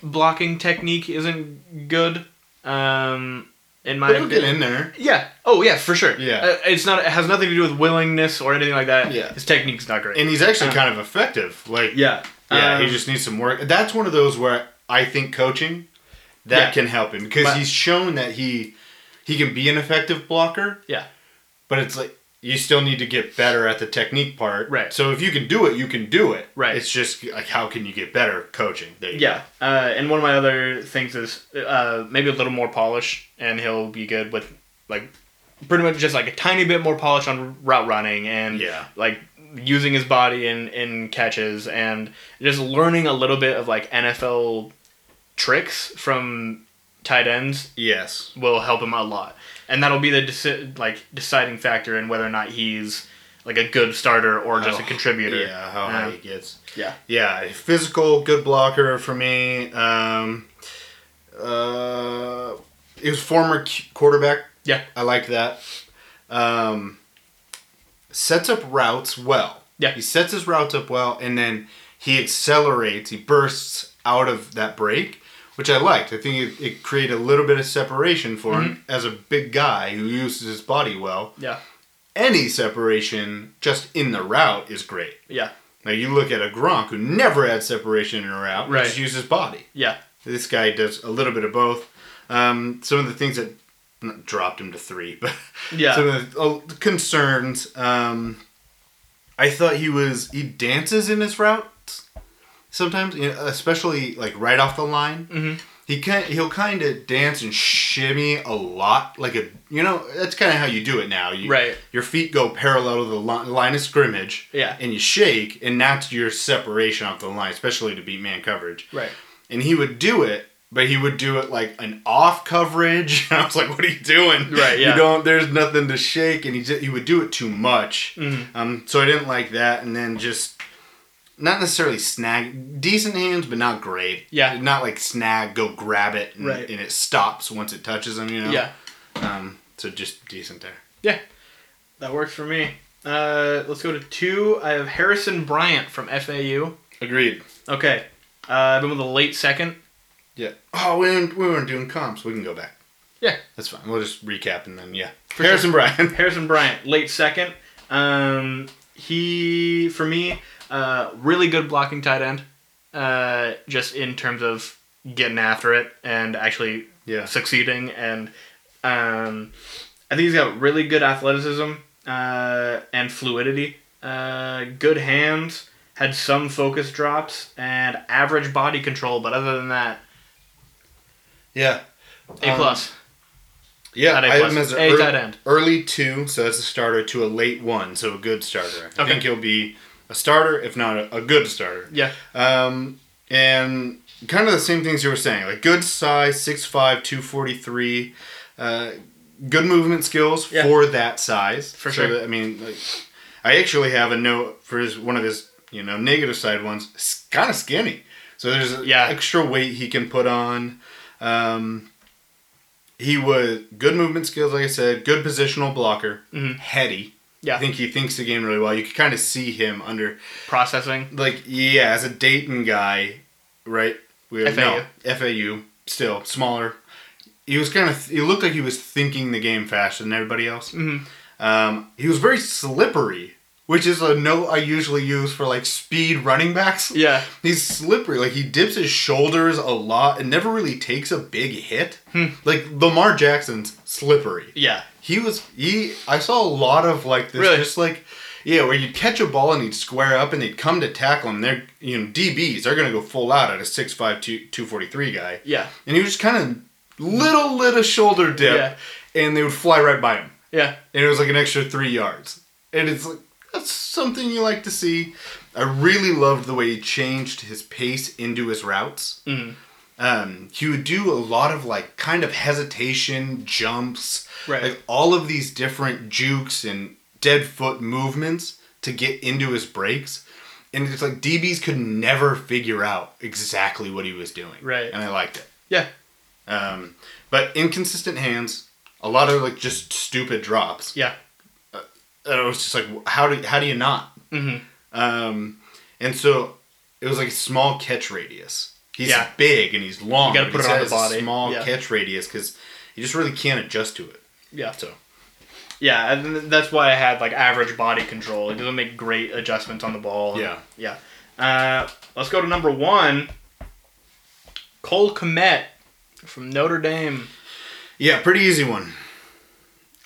Speaker 6: blocking technique isn't good. Um, in my
Speaker 5: but he'll get
Speaker 6: opinion.
Speaker 5: in there.
Speaker 6: Yeah. Oh yeah, for sure.
Speaker 5: Yeah.
Speaker 6: Uh, it's not. It has nothing to do with willingness or anything like that.
Speaker 5: Yeah.
Speaker 6: His technique's not great.
Speaker 5: And he's actually
Speaker 6: Um,
Speaker 5: kind of effective. Like
Speaker 6: yeah.
Speaker 5: Yeah, he
Speaker 6: Um,
Speaker 5: just needs some work. That's one of those where I think coaching that
Speaker 6: Yeah.
Speaker 5: can help him because
Speaker 6: But-
Speaker 5: he's shown that he he can be an effective blocker.
Speaker 6: Yeah.
Speaker 5: But it's like you still need to get better at the technique part.
Speaker 6: Right.
Speaker 5: So if you can do it, you can do it.
Speaker 6: Right.
Speaker 5: It's just like how can you get better coaching? There you
Speaker 6: Yeah, uh, and one of my other things is uh, maybe a little more polish, and he'll be good with like pretty much just like a tiny bit more polish on route running and
Speaker 5: Yeah.
Speaker 6: like using his body in in catches and just learning a little bit of like NFL tricks from tight ends
Speaker 5: go. Yes.
Speaker 6: will help him a lot, and that'll be the deci- like deciding factor in whether or not he's like a good starter or just a
Speaker 5: How-
Speaker 6: contributor.
Speaker 5: Yeah, how high
Speaker 6: Um,
Speaker 5: he gets.
Speaker 6: yeah.
Speaker 5: Yeah, physical, good blocker for me. Um, uh, he was former q- quarterback
Speaker 6: Yeah.
Speaker 5: I like that. Um, sets up routes well.
Speaker 6: Yeah.
Speaker 5: He sets his routes up well, and then he accelerates. He bursts out of that break, which I liked. I think it, it created a little bit of separation for
Speaker 6: Mm-hmm.
Speaker 5: him as a big guy who uses his body well.
Speaker 6: Yeah.
Speaker 5: Any separation just in the route is great.
Speaker 6: Yeah.
Speaker 5: Now you look at a Gronk who never had separation in a route. He
Speaker 6: Right.
Speaker 5: just uses his body
Speaker 6: Yeah.
Speaker 5: this guy does a little bit of both. Um, some of the things that not dropped him to three, but
Speaker 6: Yeah.
Speaker 5: some of the oh, concerns. Um, I thought he was he dances in his routes sometimes, you know, especially like right off the line.
Speaker 6: Mhm.
Speaker 5: He can he'll kind of dance and shimmy a lot, like a you know that's kind of how you do it now. You,
Speaker 6: Right.
Speaker 5: Your feet go parallel to the li- line of scrimmage.
Speaker 6: Yeah.
Speaker 5: And you shake, and that's your separation off the line, especially to beat man coverage
Speaker 6: Right.
Speaker 5: and he would do it but he would do it like an off coverage i was like what are you doing
Speaker 6: Right, yeah.
Speaker 5: you don't there's nothing to shake and he just, he would do it too much
Speaker 6: Mm.
Speaker 5: um, so i didn't like that and then just not necessarily snag decent hands but not great
Speaker 6: Yeah.
Speaker 5: not like snag go grab it and,
Speaker 6: Right.
Speaker 5: and it stops once it touches him you know
Speaker 6: Yeah.
Speaker 5: um, so just decent there
Speaker 6: Yeah, that works for me. Uh, let's go to two. I have Harrison Bryant from FAU.
Speaker 5: agreed
Speaker 6: Okay, uh, I've been with a late second.
Speaker 5: yeah oh we weren't, we weren't doing comps we can go back
Speaker 6: Yeah.
Speaker 5: that's fine we'll just recap and then yeah
Speaker 6: sure.
Speaker 5: harrison bryan
Speaker 6: Harrison Bryant, late second. Um, he for me, uh, really good blocking tight end. Uh, just in terms of getting after it and actually
Speaker 5: yeah
Speaker 6: succeeding and um, I think he's got really good athleticism uh, and fluidity, uh, good hands, had some focus drops, and average body control. But other than that,
Speaker 5: yeah
Speaker 6: A
Speaker 5: Um,
Speaker 6: plus.
Speaker 5: Yeah,
Speaker 6: At A
Speaker 5: I had
Speaker 6: plus.
Speaker 5: him as an
Speaker 6: A
Speaker 5: early,
Speaker 6: tight end.
Speaker 5: early two, so that's a starter, to a late one, so a good starter. I
Speaker 6: Okay.
Speaker 5: think he'll be a starter, if not a, a good starter.
Speaker 6: yeah,
Speaker 5: Um, and kind of the same things you were saying, like good size, 6'5", 243, uh, good movement skills
Speaker 6: Yeah.
Speaker 5: for that size.
Speaker 6: For
Speaker 5: So
Speaker 6: sure.
Speaker 5: that- I mean, like, I actually have a note for his one of his you know, negative side one's kind of skinny. So there's
Speaker 6: Yeah.
Speaker 5: extra weight he can put on. Um, he was good movement skills, like I said, good positional blocker,
Speaker 6: Mhm.
Speaker 5: heady.
Speaker 6: Yeah.
Speaker 5: I think he thinks the game really well. You can kind of see him under,
Speaker 6: Processing.
Speaker 5: like, yeah, as a Dayton guy, right? We
Speaker 6: FAU.
Speaker 5: No, FAU, still smaller. He was kind of, he looked like he was thinking the game faster than everybody else.
Speaker 6: Mhm.
Speaker 5: Um, he was very slippery, which is a note I usually use for like speed running backs.
Speaker 6: Yeah.
Speaker 5: He's slippery. Like he dips his shoulders a lot and never really takes a big hit. Like Lamar Jackson's slippery.
Speaker 6: Yeah.
Speaker 5: He was he I saw a lot of like this
Speaker 6: Really?
Speaker 5: just like yeah, where you'd catch a ball and he'd square up and they'd come to tackle him. They're you know, DBs, they're gonna go full out at a 6'5", 2- 243 guy.
Speaker 6: Yeah.
Speaker 5: And he was just kinda little little shoulder dip
Speaker 6: Yeah.
Speaker 5: and they would fly right by him
Speaker 6: Yeah.
Speaker 5: and it was like an extra three yards. And it's like that's something you like to see. I really loved the way he changed his pace into his routes.
Speaker 6: Mhm.
Speaker 5: Um, he would do a lot of like kind of hesitation jumps,
Speaker 6: Right.
Speaker 5: like all of these different jukes and dead foot movements to get into his breaks. And it's like DBs could never figure out exactly what he was doing.
Speaker 6: Right.
Speaker 5: And I liked it.
Speaker 6: Yeah.
Speaker 5: Um, but inconsistent hands, a lot of like just stupid drops
Speaker 6: Yeah.
Speaker 5: and I was just like, how do how do you not?
Speaker 6: Mhm.
Speaker 5: Um, and so it was like a small catch radius. He's
Speaker 6: Yeah.
Speaker 5: big and he's long.
Speaker 6: You gotta
Speaker 5: but he
Speaker 6: put it on the
Speaker 5: has a
Speaker 6: body.
Speaker 5: small
Speaker 6: Yeah.
Speaker 5: catch radius because you just really can't adjust to it.
Speaker 6: Yeah.
Speaker 5: So
Speaker 6: Yeah, and th- that's why I had like average body control. It doesn't make great adjustments on the ball.
Speaker 5: Yeah.
Speaker 6: Yeah. Uh, let's go to number one. Cole Komet from Notre Dame.
Speaker 5: yeah, pretty easy one.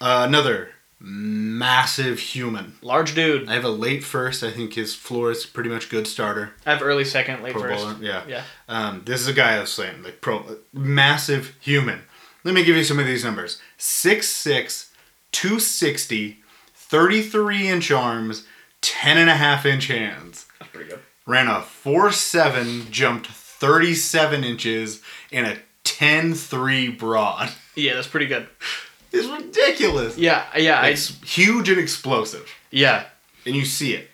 Speaker 5: Uh, another massive human.
Speaker 6: Large dude.
Speaker 5: I have a late first. I think his floor is pretty much good starter.
Speaker 6: I have early second, late
Speaker 5: Pro
Speaker 6: first.
Speaker 5: bowler, yeah.
Speaker 6: Yeah.
Speaker 5: Um, this is a guy I was saying, like pro, massive human. Let me give you some of these numbers: 6'6", 260, 33 inch arms, 10 and a half inch hands.
Speaker 6: That's pretty good.
Speaker 5: Ran a 4'7", jumped 37 inches, and a 10'3 broad.
Speaker 6: Yeah, that's pretty good.
Speaker 5: It's ridiculous.
Speaker 6: Yeah, yeah, I,
Speaker 5: It's huge and explosive,
Speaker 6: yeah,
Speaker 5: and you see it.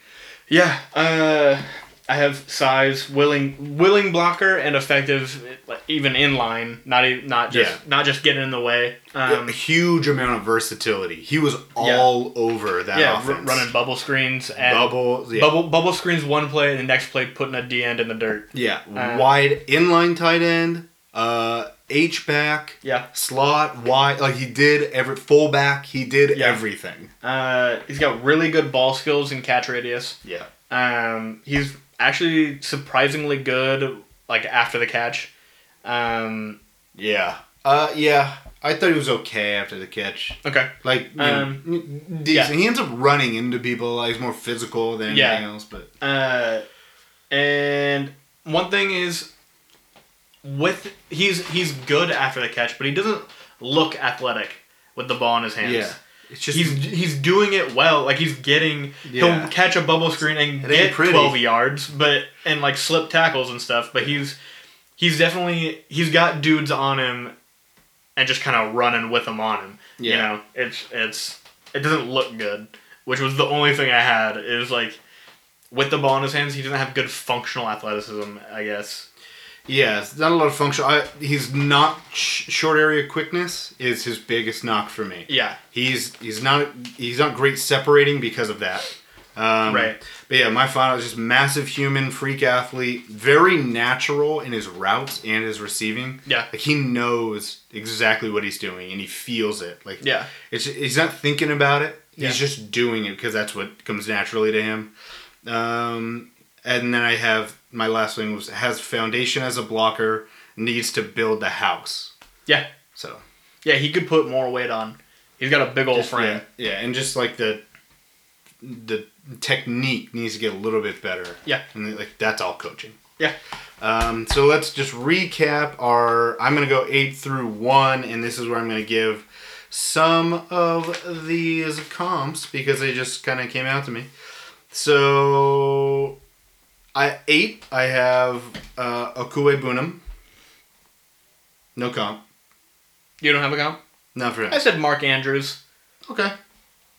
Speaker 6: yeah. Uh, I have size, willing, willing blocker, and effective, like, even in line. Not even, not just,
Speaker 5: Yeah.
Speaker 6: not just getting in the way. Um,
Speaker 5: a huge amount of versatility. He was all over that
Speaker 6: yeah, r-
Speaker 5: offense.
Speaker 6: running bubble screens and
Speaker 5: bubble, yeah.
Speaker 6: bubble bubble screens one play, and the next play putting a D end in the dirt.
Speaker 5: Yeah,
Speaker 6: Uh,
Speaker 5: wide inline tight end, uh, H back,
Speaker 6: Yeah,
Speaker 5: slot wide. Like he did every fullback. He did
Speaker 6: Yeah.
Speaker 5: everything.
Speaker 6: uh, he's got really good ball skills and catch radius.
Speaker 5: Yeah,
Speaker 6: Um, he's actually surprisingly good, like after the catch. Um,
Speaker 5: yeah, uh, yeah. I thought he was okay after the catch.
Speaker 6: okay,
Speaker 5: Like, you
Speaker 6: Um,
Speaker 5: know, decent. He ends up running into people. Like, he's more physical than
Speaker 6: Yeah.
Speaker 5: anything else. But
Speaker 6: uh, and one thing is with he's he's good after the catch, but he doesn't look athletic with the ball in his hands.
Speaker 5: yeah, it's just
Speaker 6: he's he's doing it well. Like he's getting
Speaker 5: Yeah.
Speaker 6: he'll catch a bubble screen
Speaker 5: It
Speaker 6: and
Speaker 5: ain't
Speaker 6: get
Speaker 5: pretty.
Speaker 6: twelve yards, but and like slip tackles and stuff. But he's he's definitely he's got dudes on him and just kind of running with them on him. You
Speaker 5: Yeah.
Speaker 6: know, it's it's it doesn't look good, which was the only thing I had is like with the ball in his hands, he doesn't have good functional athleticism. I guess.
Speaker 5: yeah. It's not a lot of function. I, he's not sh- short area quickness is his biggest knock for me.
Speaker 6: Yeah.
Speaker 5: He's he's not he's not great separating because of that. Um,
Speaker 6: Right.
Speaker 5: But yeah, my final is just massive human freak athlete, very natural in his routes and his receiving.
Speaker 6: Yeah.
Speaker 5: Like he knows exactly what he's doing and he feels it. Like
Speaker 6: Yeah.
Speaker 5: it's he's not thinking about it. He's
Speaker 6: Yeah.
Speaker 5: just doing it because that's what comes naturally to him. Um, and then I have my last thing was has foundation as a blocker, needs to build the house.
Speaker 6: Yeah.
Speaker 5: So
Speaker 6: Yeah. He could put more weight on. He's got a big old
Speaker 5: just,
Speaker 6: frame.
Speaker 5: Yeah, yeah, and just like the the technique needs to get a little bit better.
Speaker 6: Yeah.
Speaker 5: and like that's all coaching.
Speaker 6: Yeah.
Speaker 5: Um, so let's just recap our. I'm gonna go eight through one, and this is where I'm gonna give some of these comps because they just kind of came out to me. So, I eight. I have uh, Okue Bunam. No comp.
Speaker 6: You don't have a comp.
Speaker 5: Not for him.
Speaker 6: I said Mark Andrews.
Speaker 5: Okay,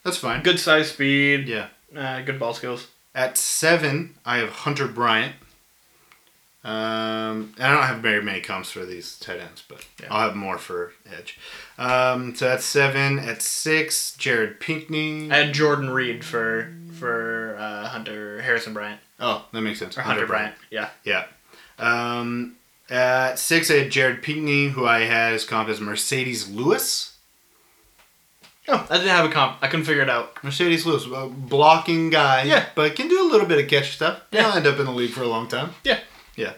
Speaker 5: that's fine.
Speaker 6: Good size speed.
Speaker 5: Yeah.
Speaker 6: Uh, good ball skills.
Speaker 5: At seven, I have Hunter Bryant. Um, and I don't have very many comps for these tight ends, but
Speaker 6: Yeah.
Speaker 5: I'll have more for Edge. Um, so that's seven. At six, Jared Pinkney.
Speaker 6: I had Jordan Reed for for uh, Hunter Harrison Bryant
Speaker 5: oh, that makes sense.
Speaker 6: or Hunter, Bryant. Yeah.
Speaker 5: Yeah. Um, at six, I had Jared Pinkney, who I had as comp as Mercedes Lewis.
Speaker 6: Oh, I didn't have a comp. I couldn't figure it out.
Speaker 5: Mercedes Lewis, a blocking guy,
Speaker 6: Yeah.
Speaker 5: but can do a little bit of catch stuff.
Speaker 6: Yeah.
Speaker 5: He'll end up in the league for a long time.
Speaker 6: Yeah.
Speaker 5: Yeah.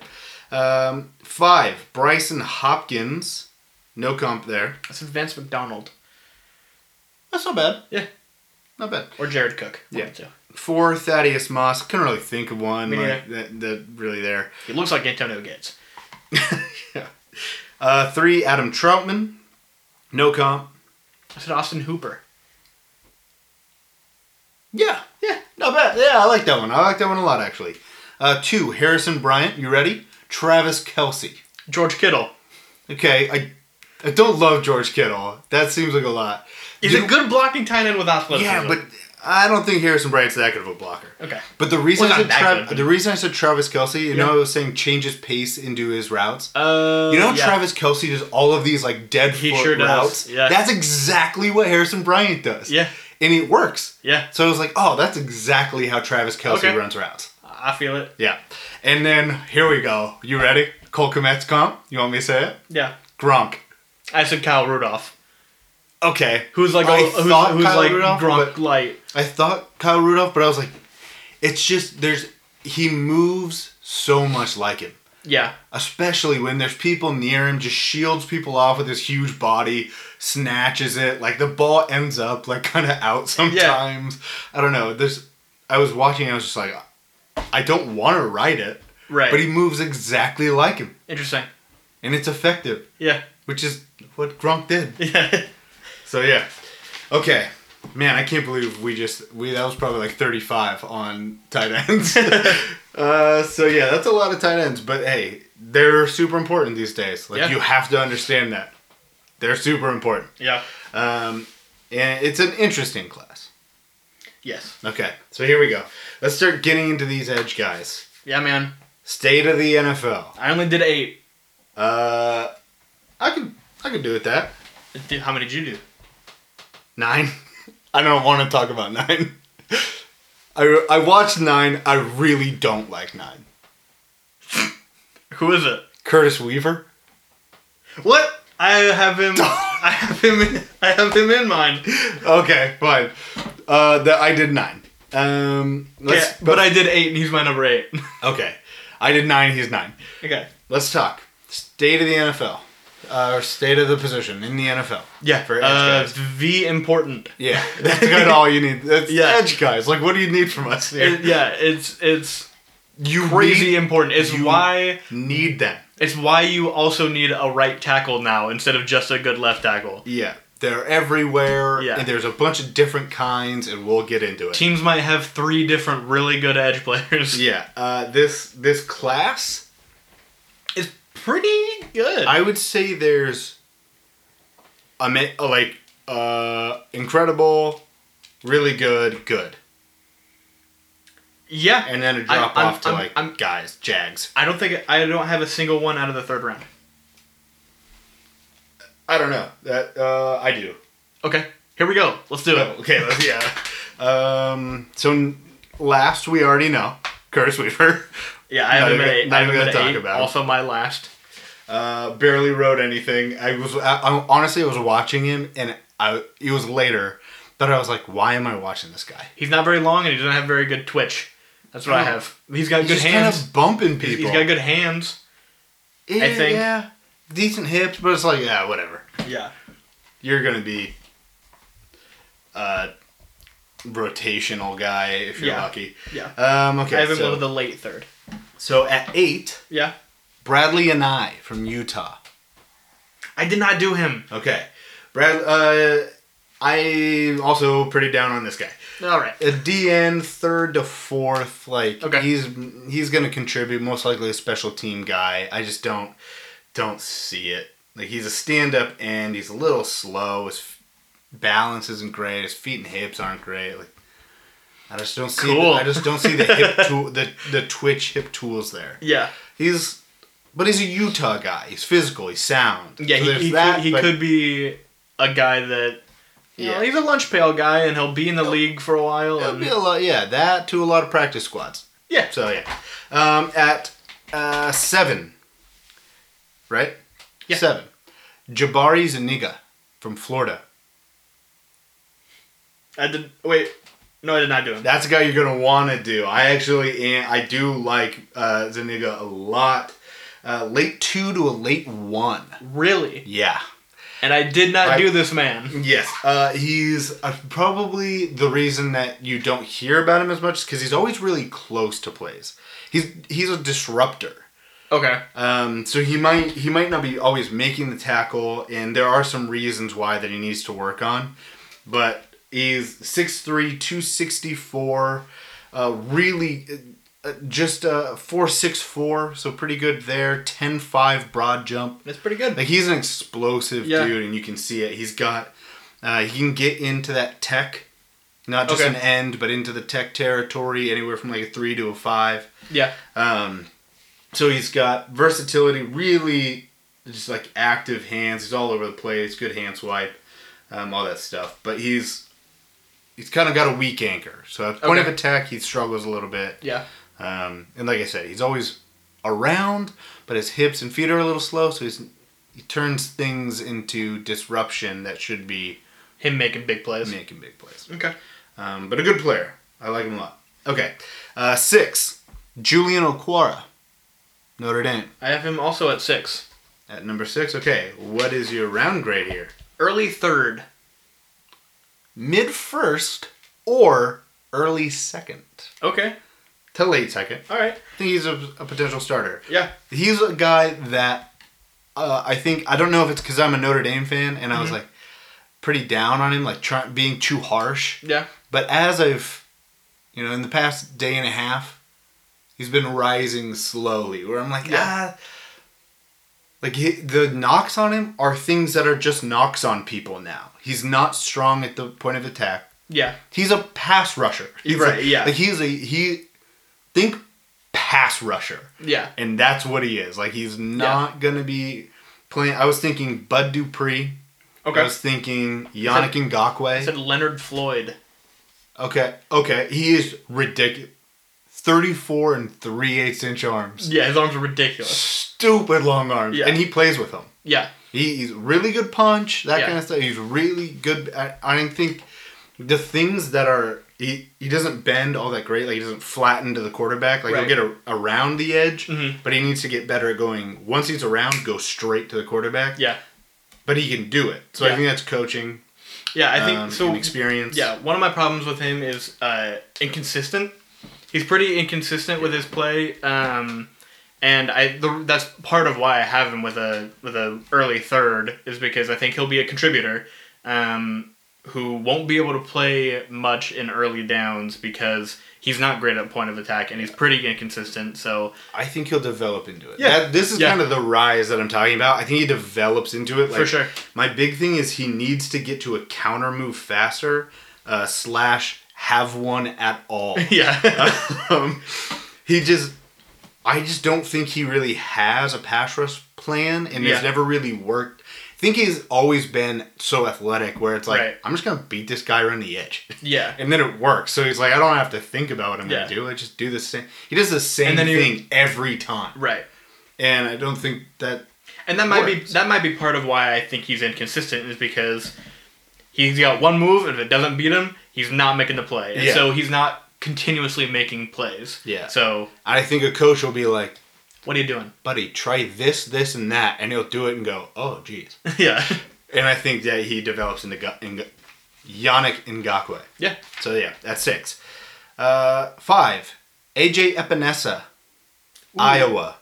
Speaker 5: Um, five, Bryson Hopkins. No comp there.
Speaker 6: That's Vance McDonald
Speaker 5: That's not bad.
Speaker 6: Yeah.
Speaker 5: Not bad.
Speaker 6: or Jared Cook. One
Speaker 5: Yeah.
Speaker 6: of the two.
Speaker 5: Four, Thaddeus Moss. Couldn't really think of one
Speaker 6: Me
Speaker 5: like, that, that really there.
Speaker 6: He looks like Antonio Gates.
Speaker 5: Uh, three, Adam Troutman. No comp.
Speaker 6: I said Austin Hooper.
Speaker 5: Yeah. Yeah. Not bad. Yeah, I like that one. I like that one a lot, actually. Uh, two, Harrison Bryant. You ready? Travis Kelsey.
Speaker 6: George Kittle.
Speaker 5: Okay, I I don't love George Kittle. That seems like a lot.
Speaker 6: He's
Speaker 5: You-
Speaker 6: a good blocking tight end with athleticism.
Speaker 5: yeah, but I don't think Harrison Bryant's that good of a blocker.
Speaker 6: okay.
Speaker 5: But the reason
Speaker 6: Well,
Speaker 5: I said
Speaker 6: not that
Speaker 5: Trav-
Speaker 6: good, but-
Speaker 5: the reason I said Travis Kelsey, you know,
Speaker 6: Yeah.
Speaker 5: I was saying changes pace into his routes.
Speaker 6: Uh,
Speaker 5: You know,
Speaker 6: yeah.
Speaker 5: Travis Kelsey does all of these like dead
Speaker 6: He
Speaker 5: foot
Speaker 6: sure does.
Speaker 5: routes.
Speaker 6: Yeah.
Speaker 5: That's exactly what Harrison Bryant does.
Speaker 6: Yeah.
Speaker 5: and it works.
Speaker 6: Yeah,
Speaker 5: So I was like, oh, that's exactly how Travis Kelsey
Speaker 6: Okay.
Speaker 5: runs routes.
Speaker 6: I feel it.
Speaker 5: Yeah, and then here we go. You ready? Cole Komet's comp. You want me to say it?
Speaker 6: Yeah.
Speaker 5: Gronk.
Speaker 6: I said Kyle Rudolph,
Speaker 5: Okay.
Speaker 6: who's like
Speaker 5: I
Speaker 6: a, who's,
Speaker 5: thought
Speaker 6: who's
Speaker 5: Kyle
Speaker 6: like
Speaker 5: Rudolph,
Speaker 6: Gronk
Speaker 5: but-
Speaker 6: light.
Speaker 5: I thought Kyle Rudolph, but I was like, it's just there's he moves so much like him,
Speaker 6: Yeah,
Speaker 5: especially when there's people near him. Just shields people off with his huge body, snatches it. Like the ball ends up like kind of out sometimes. I don't know. There's I was watching. I was just like, I don't want to ride it,
Speaker 6: right.
Speaker 5: but he moves exactly like him,
Speaker 6: Interesting.
Speaker 5: and it's effective,
Speaker 6: Yeah,
Speaker 5: which is what Gronk did.
Speaker 6: yeah.
Speaker 5: So yeah. Okay. Man, I can't believe we just we that was probably like 35 on tight ends. uh, so yeah, that's a lot of tight ends, but hey, they're super important these days. Like
Speaker 6: Yeah.
Speaker 5: you have to understand that. They're super important.
Speaker 6: yeah.
Speaker 5: Um, and it's an interesting class.
Speaker 6: Yes.
Speaker 5: Okay. So here we go. Let's start getting into these edge guys.
Speaker 6: Yeah, man.
Speaker 5: State of the NFL.
Speaker 6: I only did eight.
Speaker 5: Uh, I could I could do with that.
Speaker 6: Dude, How many did you do?
Speaker 5: 9. I don't want to talk about 9. I, I watched 9. I really don't like 9.
Speaker 6: Who is it?
Speaker 5: Curtis Weaver?
Speaker 6: What? I have him. I have him. In, I have him in mind.
Speaker 5: Okay, fine. Uh, the, I did 9. Um, let's,
Speaker 6: yeah, but I did eight, and he's my number eight.
Speaker 5: Okay. I did 9, he's 9.
Speaker 6: okay.
Speaker 5: Let's talk. State of the NFL. Uh, or state of the position in the NFL.
Speaker 6: Yeah.
Speaker 5: For edge
Speaker 6: uh,
Speaker 5: guys.
Speaker 6: V important.
Speaker 5: Yeah, that's kind of all you need. That's
Speaker 6: Yeah.
Speaker 5: edge guys. Like, what do you need from us here?
Speaker 6: It- yeah, it's it's
Speaker 5: You
Speaker 6: crazy
Speaker 5: really
Speaker 6: important. It's
Speaker 5: you-
Speaker 6: why
Speaker 5: need them.
Speaker 6: it's why you also need a right tackle now instead of just a good left tackle.
Speaker 5: Yeah, they're everywhere.
Speaker 6: Yeah.
Speaker 5: and there's a bunch of different kinds, and we'll get into it.
Speaker 6: Teams might have three different really good edge players.
Speaker 5: yeah, uh, this this class,
Speaker 6: It's pretty good.
Speaker 5: I would say there's, I mean, like uh, incredible, really good, good,
Speaker 6: yeah.
Speaker 5: and then a
Speaker 6: I-
Speaker 5: drop
Speaker 6: I'm-
Speaker 5: off to
Speaker 6: I'm-
Speaker 5: like
Speaker 6: I'm-
Speaker 5: guys, Jags.
Speaker 6: I don't think I don't have a single one out of the third round.
Speaker 5: I don't know that uh, I do.
Speaker 6: Okay. Here we go. Let's do it.
Speaker 5: Okay, let's, yeah. Um, so n- last we already know Curtis Weaver.
Speaker 6: Yeah,
Speaker 5: Not
Speaker 6: I have him
Speaker 5: even-
Speaker 6: at eight.
Speaker 5: not
Speaker 6: I have
Speaker 5: even
Speaker 6: him at
Speaker 5: gonna talk
Speaker 6: eight.
Speaker 5: about it.
Speaker 6: Also my last.
Speaker 5: uh, barely wrote anything. I was I, I, honestly I was watching him, and I it was later that I was like, why am I watching this guy?
Speaker 6: He's not very long and he doesn't have very good twitch. That's what I
Speaker 5: No.
Speaker 6: have. He's got
Speaker 5: He's
Speaker 6: good
Speaker 5: just
Speaker 6: hands.
Speaker 5: kind of bumping
Speaker 6: He's-
Speaker 5: people.
Speaker 6: he's got good hands.
Speaker 5: yeah,
Speaker 6: I think.
Speaker 5: yeah, decent hips, but it's like yeah, whatever.
Speaker 6: Yeah.
Speaker 5: You're gonna be a rotational guy if you're
Speaker 6: Yeah.
Speaker 5: lucky.
Speaker 6: Yeah.
Speaker 5: Um, okay,
Speaker 6: I have him
Speaker 5: so,
Speaker 6: go to the late third.
Speaker 5: so at eight,
Speaker 6: Yeah.
Speaker 5: Bradley and I from Utah.
Speaker 6: I did not do him.
Speaker 5: Okay, Brad. Uh, I also pretty down on this guy.
Speaker 6: All right.
Speaker 5: a DN third to fourth. Like
Speaker 6: Okay.
Speaker 5: he's he's gonna contribute most likely a special team guy. I just don't don't see it. Like he's a stand up end. He's a little slow. His f- balance isn't great. His feet and hips aren't great. Like I just don't see.
Speaker 6: Cool.
Speaker 5: I just don't see the hip tool, the the twitch hip tools there.
Speaker 6: Yeah.
Speaker 5: He's, but he's a Utah guy. He's physical. He's sound.
Speaker 6: Yeah,
Speaker 5: So
Speaker 6: he,
Speaker 5: there's
Speaker 6: he,
Speaker 5: that,
Speaker 6: could, he
Speaker 5: but-
Speaker 6: could be a guy that you
Speaker 5: Yeah.
Speaker 6: know, he's a lunch pail guy and he'll be in the league for a while.
Speaker 5: It'll
Speaker 6: And,
Speaker 5: be a lot. Yeah, that to a lot of practice squads.
Speaker 6: yeah.
Speaker 5: So yeah, um, at uh, seven, right?
Speaker 6: Yeah.
Speaker 5: Seven. Jabari Zuniga from Florida.
Speaker 6: I did wait. No, I did not do him.
Speaker 5: That's a guy you're gonna want to do. I actually am, I do like uh, Zuniga a lot. Uh, late two to a late one.
Speaker 6: Really?
Speaker 5: Yeah.
Speaker 6: And I did not
Speaker 5: I-
Speaker 6: do this man.
Speaker 5: Yes. Uh, he's uh, probably the reason that you don't hear about him as much because he's always really close to plays. He's he's a disruptor.
Speaker 6: Okay.
Speaker 5: Um, so he might he might not be always making the tackle, and there are some reasons why that he needs to work on. But he's 6'3", 264, uh, really uh, uh, just uh, 4'6'4", so pretty good there. 10'5", broad jump.
Speaker 6: That's pretty good.
Speaker 5: Like he's an explosive
Speaker 6: Yeah.
Speaker 5: dude, and you can see it. He's got uh, he can get into that tech, not just
Speaker 6: Okay.
Speaker 5: an end, but into the tech territory, anywhere from like a three to a five.
Speaker 6: yeah.
Speaker 5: Um, so he's got versatility, really just like active hands. He's all over the place, good hand swipe, um, all that stuff. But he's he's kind of got a weak anchor. So at point
Speaker 6: Okay.
Speaker 5: of attack, he struggles a little bit.
Speaker 6: Yeah.
Speaker 5: Um, and like I said, he's always around, but his hips and feet are a little slow, so he's, he turns things into disruption that should be
Speaker 6: Him making big plays.
Speaker 5: making big plays.
Speaker 6: Okay.
Speaker 5: Um, but a good player. I like him a lot. Okay. Uh, six, Julian Okwara, Notre Dame.
Speaker 6: I have him also at six.
Speaker 5: At number six, okay. What is your round grade here?
Speaker 6: Early third.
Speaker 5: Mid first or early second
Speaker 6: Okay.
Speaker 5: to late second.
Speaker 6: All right.
Speaker 5: I think he's a, a potential starter.
Speaker 6: Yeah.
Speaker 5: He's a guy that uh, I think I don't know if it's because I'm a Notre Dame fan and I was
Speaker 6: Mm-hmm.
Speaker 5: like pretty down on him, like try, being too harsh.
Speaker 6: Yeah.
Speaker 5: But as I've, you know, in the past day and a half, he's been rising slowly. Where I'm like,
Speaker 6: Yeah.
Speaker 5: ah, like he, the knocks on him are things that are just knocks on people now. He's not strong at the point of attack.
Speaker 6: Yeah.
Speaker 5: He's a pass rusher. He's
Speaker 6: Right,
Speaker 5: like-
Speaker 6: yeah.
Speaker 5: Like he's a he, think pass rusher,
Speaker 6: Yeah.
Speaker 5: and that's what he is. Like he's not gonna be playing. I was thinking Bud Dupree.
Speaker 6: Okay.
Speaker 5: I was thinking Yannick Ngakwe.
Speaker 6: I said Leonard Floyd.
Speaker 5: Okay, okay. He is ridiculous. 34 and 3 eighths inch arms.
Speaker 6: Yeah, his arms are ridiculous.
Speaker 5: Stupid long arms.
Speaker 6: Yeah.
Speaker 5: And he plays with them.
Speaker 6: Yeah.
Speaker 5: He, he's really good punch, that
Speaker 6: Yeah.
Speaker 5: kind of stuff. He's really good. I, I don't think the things that are. He, he doesn't bend all that great. Like, he doesn't flatten to the quarterback. Like,
Speaker 6: Right.
Speaker 5: he'll get a, around the edge,
Speaker 6: Mhm.
Speaker 5: but he needs to get better at going. Once he's around, go straight to the quarterback.
Speaker 6: Yeah.
Speaker 5: But he can do it. So I
Speaker 6: Yeah.
Speaker 5: think that's coaching.
Speaker 6: Yeah. I think
Speaker 5: um,
Speaker 6: so.
Speaker 5: and experience.
Speaker 6: Yeah, one of my problems with him is uh, inconsistent. He's pretty inconsistent with his play, um, and I the, that's part of why I have him with a with a early third is because I think he'll be a contributor um, who won't be able to play much in early downs because he's not great at point of attack and he's pretty inconsistent. So
Speaker 5: I think he'll develop into it.
Speaker 6: Yeah.
Speaker 5: That, this is
Speaker 6: Yeah.
Speaker 5: kind of the rise that I'm talking about. I think he develops into it.
Speaker 6: For sure.
Speaker 5: My big thing is he needs to get to a counter move faster, uh, slash have one at all.
Speaker 6: yeah,
Speaker 5: um, he just, I just don't think he really has a pass rush plan, and
Speaker 6: Yeah.
Speaker 5: it's never really worked. I think he's always been so athletic where it's like
Speaker 6: Right.
Speaker 5: I'm just gonna beat this guy around the edge,
Speaker 6: yeah.
Speaker 5: and then it works. So he's like, I don't have to think about what I'm
Speaker 6: Yeah.
Speaker 5: gonna do. I just do the same. He does the same
Speaker 6: then he-
Speaker 5: thing every time
Speaker 6: Right.
Speaker 5: and I don't think that
Speaker 6: And that might
Speaker 5: works.
Speaker 6: be that might be part of why I think he's inconsistent is because he's got one move and if it doesn't beat him, he's not making the play. And
Speaker 5: Yeah.
Speaker 6: so he's not continuously making plays.
Speaker 5: Yeah.
Speaker 6: So
Speaker 5: I think a coach will be like,
Speaker 6: what are you doing?
Speaker 5: "Buddy, try this, this, and that," and he'll do it and go, "Oh, geez."
Speaker 6: yeah.
Speaker 5: and I think that he develops into Ga- in, Yannick Ngakwe.
Speaker 6: Yeah.
Speaker 5: So yeah, that's six. Uh, five, AJ Epinesa, Iowa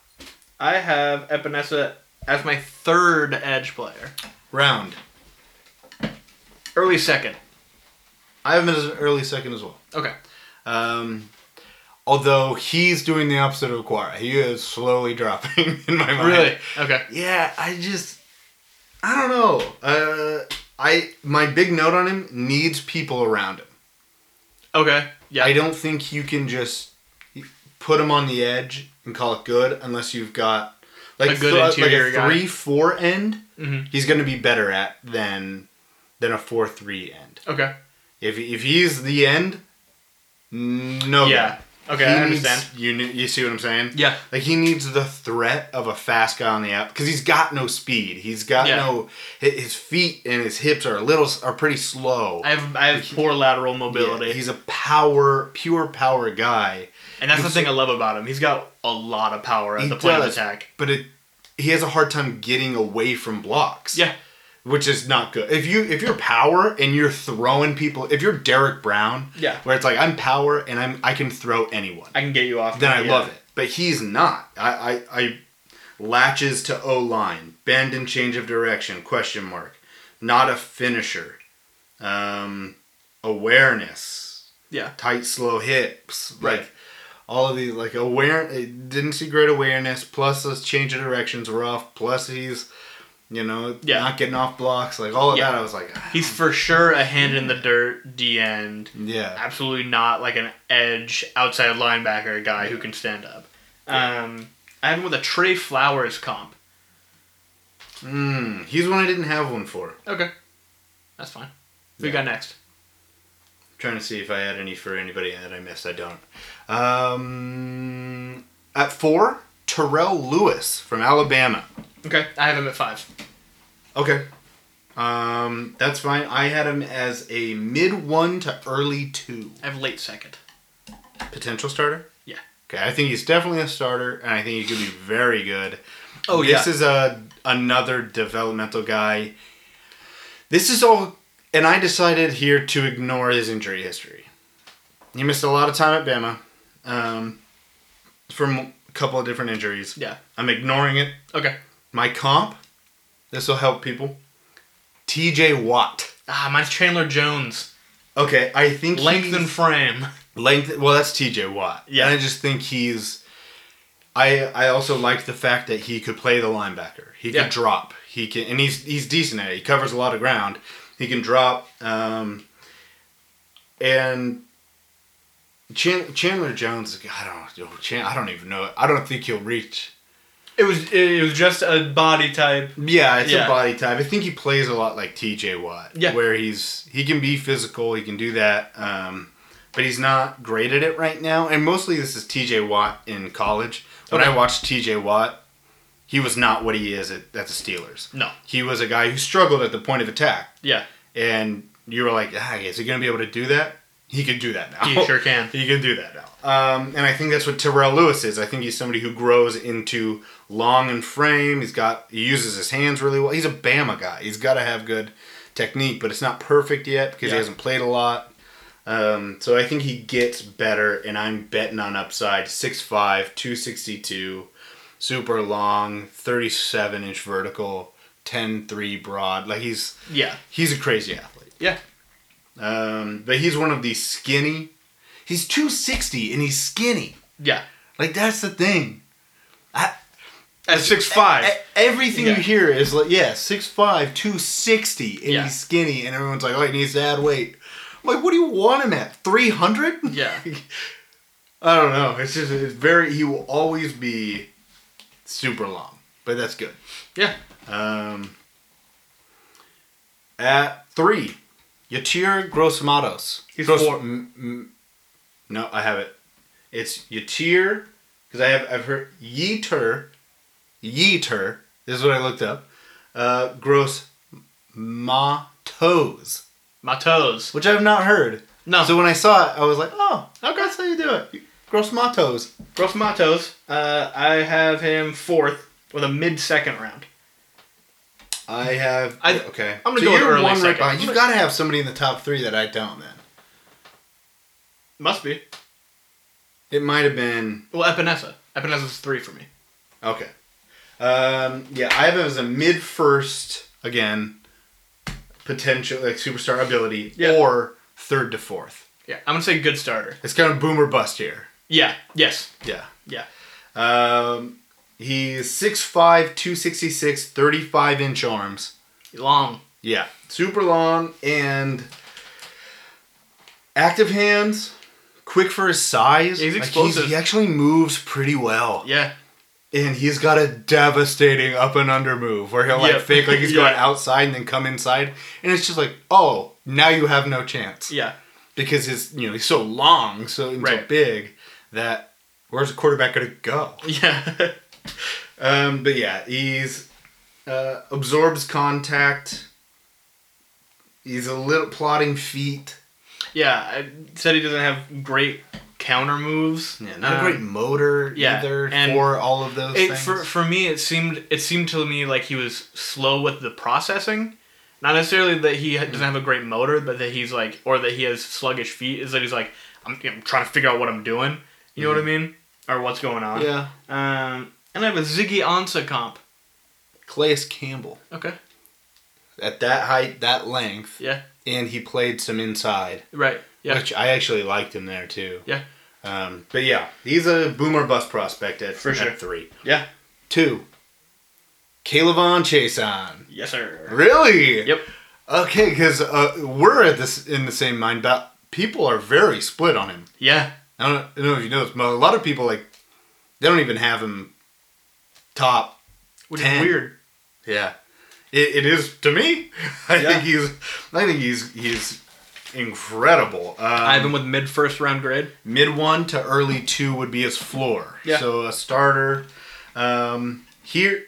Speaker 6: I have Epinesa as my third edge player.
Speaker 5: round.
Speaker 6: Early second.
Speaker 5: I have him as an early second as well.
Speaker 6: Okay.
Speaker 5: Um, although he's doing the opposite of Aquara, he is slowly dropping in my mind.
Speaker 6: Really? Okay.
Speaker 5: Yeah, I just I don't know. Uh I my big note on him needs people around him.
Speaker 6: Okay. Yeah.
Speaker 5: I don't think you can just put them on the edge and call it good unless you've got like
Speaker 6: A good
Speaker 5: th-
Speaker 6: interior
Speaker 5: like a
Speaker 6: guy.
Speaker 5: three four end.
Speaker 6: Mhm.
Speaker 5: He's going to be better at than than a four three end.
Speaker 6: Okay.
Speaker 5: If if he's the end, no.
Speaker 6: Yeah.
Speaker 5: guy.
Speaker 6: Okay,
Speaker 5: He
Speaker 6: I
Speaker 5: needs-
Speaker 6: understand.
Speaker 5: You kn- you see what I'm saying?
Speaker 6: Yeah.
Speaker 5: Like he needs the threat of a fast guy on the out because he's got no speed. He's got
Speaker 6: Yeah.
Speaker 5: no hi- his feet and his hips are a little s- are pretty slow.
Speaker 6: I have I have poor lateral mobility,
Speaker 5: Yeah, he's a power, pure power guy.
Speaker 6: and that's the thing I love about him. He's got a lot of power at
Speaker 5: He
Speaker 6: the point of
Speaker 5: does,
Speaker 6: attack.
Speaker 5: but it he has a hard time getting away from blocks.
Speaker 6: Yeah.
Speaker 5: which is not good. If you if you're power and you're throwing people, if you're Derek Brown,
Speaker 6: Yeah.
Speaker 5: where it's like I'm power and I'm I can throw anyone,
Speaker 6: I can get you off.
Speaker 5: then I
Speaker 6: yeah.
Speaker 5: love it. But he's not. I I, I latches to O line, bend and change of direction question mark, not a finisher, um, awareness.
Speaker 6: Yeah.
Speaker 5: tight, slow hips,
Speaker 6: Right.
Speaker 5: Like all of these, like aware, it didn't see great awareness. Plus, those change of directions were off. Plus, he's, you know,
Speaker 6: Yeah.
Speaker 5: not getting off blocks. Like all of
Speaker 6: Yeah.
Speaker 5: that, I was like, ah,
Speaker 6: He's for sure a hand in the dirt D end.
Speaker 5: yeah,
Speaker 6: Absolutely not like an edge outside linebacker guy who can stand up. Um, I had him with a Trey Flowers comp.
Speaker 5: mm, he's one I didn't have one for.
Speaker 6: Okay, that's fine. Who
Speaker 5: Yeah.
Speaker 6: We got next.
Speaker 5: trying to see if I had any for anybody that I missed. I don't. Um, at four, Terrell Lewis from Alabama.
Speaker 6: Okay, I have him at five.
Speaker 5: Okay. Um, that's fine. I had him as a mid one to early two.
Speaker 6: I have late second.
Speaker 5: potential starter?
Speaker 6: Yeah.
Speaker 5: Okay, I think he's definitely a starter, and I think he could be very good.
Speaker 6: Oh
Speaker 5: This is a another developmental guy. This is all, and I decided here to ignore his injury history. He missed a lot of time at Bama, um, from a couple of different injuries.
Speaker 6: yeah.
Speaker 5: I'm ignoring it.
Speaker 6: Okay.
Speaker 5: My comp. This will help people. T.J. Watt.
Speaker 6: Ah, mine's Chandler Jones.
Speaker 5: Okay, I think
Speaker 6: Length and
Speaker 5: he's-
Speaker 6: frame.
Speaker 5: length well that's tj watt
Speaker 6: Yeah.
Speaker 5: and i just think he's i i also like the fact that he could play the linebacker he
Speaker 6: Yeah.
Speaker 5: could drop he can and he's he's decent at it he covers a lot of ground he can drop um and Chan- Chandler Jones, I don't, know, Chan- I don't even know. I don't think he'll reach.
Speaker 6: It was it was just a body type.
Speaker 5: Yeah, it's
Speaker 6: Yeah.
Speaker 5: a body type. I think he plays a lot like T.J. Watt.
Speaker 6: Yeah.
Speaker 5: where he's he can be physical, he can do that, um, but he's not great at it right now. And mostly this is T.J. Watt in college. When
Speaker 6: Okay.
Speaker 5: I watched T.J. Watt, he was not what he is at, at the Steelers.
Speaker 6: No.
Speaker 5: He was a guy who struggled at the point of attack,
Speaker 6: Yeah.
Speaker 5: and you were like, ah, is he going to be able to do that? He can do that now.
Speaker 6: He sure can.
Speaker 5: He can do that now. Um, and I think that's what Terrell Lewis is. I think he's somebody who grows into long and frame. He's got he uses his hands really well. He's a Bama guy. He's got to have good technique, but it's not perfect yet because
Speaker 6: Yeah.
Speaker 5: he hasn't played a lot. Um, so I think he gets better, and I'm betting on upside 6'5", 262, super long, 37 inch vertical, 10 3 broad. Like he's
Speaker 6: Yeah.
Speaker 5: he's a crazy athlete.
Speaker 6: Yeah.
Speaker 5: Um, but he's one of the skinny. He's 260 and he's skinny.
Speaker 6: Yeah.
Speaker 5: Like that's the thing.
Speaker 6: At six five.
Speaker 5: E- everything
Speaker 6: Yeah.
Speaker 5: you hear is like, yeah, 6'5", 260, and
Speaker 6: Yeah.
Speaker 5: he's skinny, and everyone's like, oh, he needs to add weight. I'm like, what do you want him at? 300?
Speaker 6: Yeah.
Speaker 5: I don't know. It's just, it's very, he will always be super long, but that's good.
Speaker 6: Yeah.
Speaker 5: Um, at three, Yatir Grossmatos.
Speaker 6: He's
Speaker 5: Gross-
Speaker 6: four.
Speaker 5: M- m- no, I have it. It's Yatir because I have I've heard Yeter, Yeter. This is what I looked up. Uh, gross Matos,
Speaker 6: My toes.
Speaker 5: which I have not heard.
Speaker 6: No.
Speaker 5: So when I saw it, I was like, oh,
Speaker 6: Okay.
Speaker 5: that's how you do it. Gross Matos.
Speaker 6: Gross Matos. Uh, I have him fourth with a mid second round.
Speaker 5: I have. oh,
Speaker 6: I-
Speaker 5: okay.
Speaker 6: I'm gonna go with early second.
Speaker 5: behind. You've got to have somebody in the top three that I don't. Then
Speaker 6: Must be.
Speaker 5: it might have been.
Speaker 6: Well, Epinesa. Epinesa's three for me.
Speaker 5: Okay. Um, yeah, I have him as a mid first again, potential like superstar ability,
Speaker 6: Yeah.
Speaker 5: or third to fourth.
Speaker 6: Yeah. I'm gonna say good starter.
Speaker 5: It's kind of boom or bust here.
Speaker 6: Yeah. Yes.
Speaker 5: Yeah.
Speaker 6: Yeah.
Speaker 5: Um, he's 6'5", 266, 35 inch arms.
Speaker 6: Long.
Speaker 5: Yeah, super long and active hands, quick for his size.
Speaker 6: He's
Speaker 5: Like,
Speaker 6: explosive.
Speaker 5: he actually moves pretty well.
Speaker 6: Yeah.
Speaker 5: And he's got a devastating up and under move where he'll like
Speaker 6: Yeah.
Speaker 5: fake like he's
Speaker 6: Yeah.
Speaker 5: going outside and then come inside. And it's just like, oh, now you have no chance.
Speaker 6: Yeah.
Speaker 5: Because his you know, he's so long, so, and so
Speaker 6: Right.
Speaker 5: big that where's the quarterback gonna go?
Speaker 6: Yeah.
Speaker 5: Um, but yeah, he's uh, absorbs contact. He's a little plotting feet.
Speaker 6: yeah. I said he doesn't have great counter moves.
Speaker 5: Yeah, not
Speaker 6: Um,
Speaker 5: a great motor
Speaker 6: yeah,
Speaker 5: either
Speaker 6: and
Speaker 5: for all of those
Speaker 6: It,
Speaker 5: things.
Speaker 6: for for me, it seemed it seemed to me like he was slow with the processing. Not necessarily that he ha- doesn't have a great motor, but that he's like, or that he has sluggish feet. Is that he's like, I'm, I'm trying to figure out what I'm doing. You know what I mean, or what's going on.
Speaker 5: Mm-hmm. yeah,
Speaker 6: Um, and I have a Ziggy Ansah comp.
Speaker 5: Clayus Campbell
Speaker 6: Okay.
Speaker 5: at that height, that length,
Speaker 6: Yeah.
Speaker 5: and he played some inside,
Speaker 6: Right. Yeah.
Speaker 5: which I actually liked him there too.
Speaker 6: Yeah.
Speaker 5: Um, but yeah, he's a boomer bust prospect at,
Speaker 6: For
Speaker 5: at
Speaker 6: sure.
Speaker 5: three,
Speaker 6: Yeah.
Speaker 5: two. Calevon Chason,
Speaker 6: Yes, sir.
Speaker 5: really?
Speaker 6: Yep.
Speaker 5: Okay, because uh, we're at this in the same mind, but people are very split on him.
Speaker 6: Yeah.
Speaker 5: I don't, I don't know if you know this, but a lot of people like they don't even have him top.
Speaker 6: Which
Speaker 5: Ten.
Speaker 6: is weird.
Speaker 5: Yeah, it, it is to me. I
Speaker 6: Yeah.
Speaker 5: think he's. I think he's he's incredible. Um,
Speaker 6: I have him with mid first round grade.
Speaker 5: mid one to early two would be his floor.
Speaker 6: Yeah.
Speaker 5: So a starter. Um, here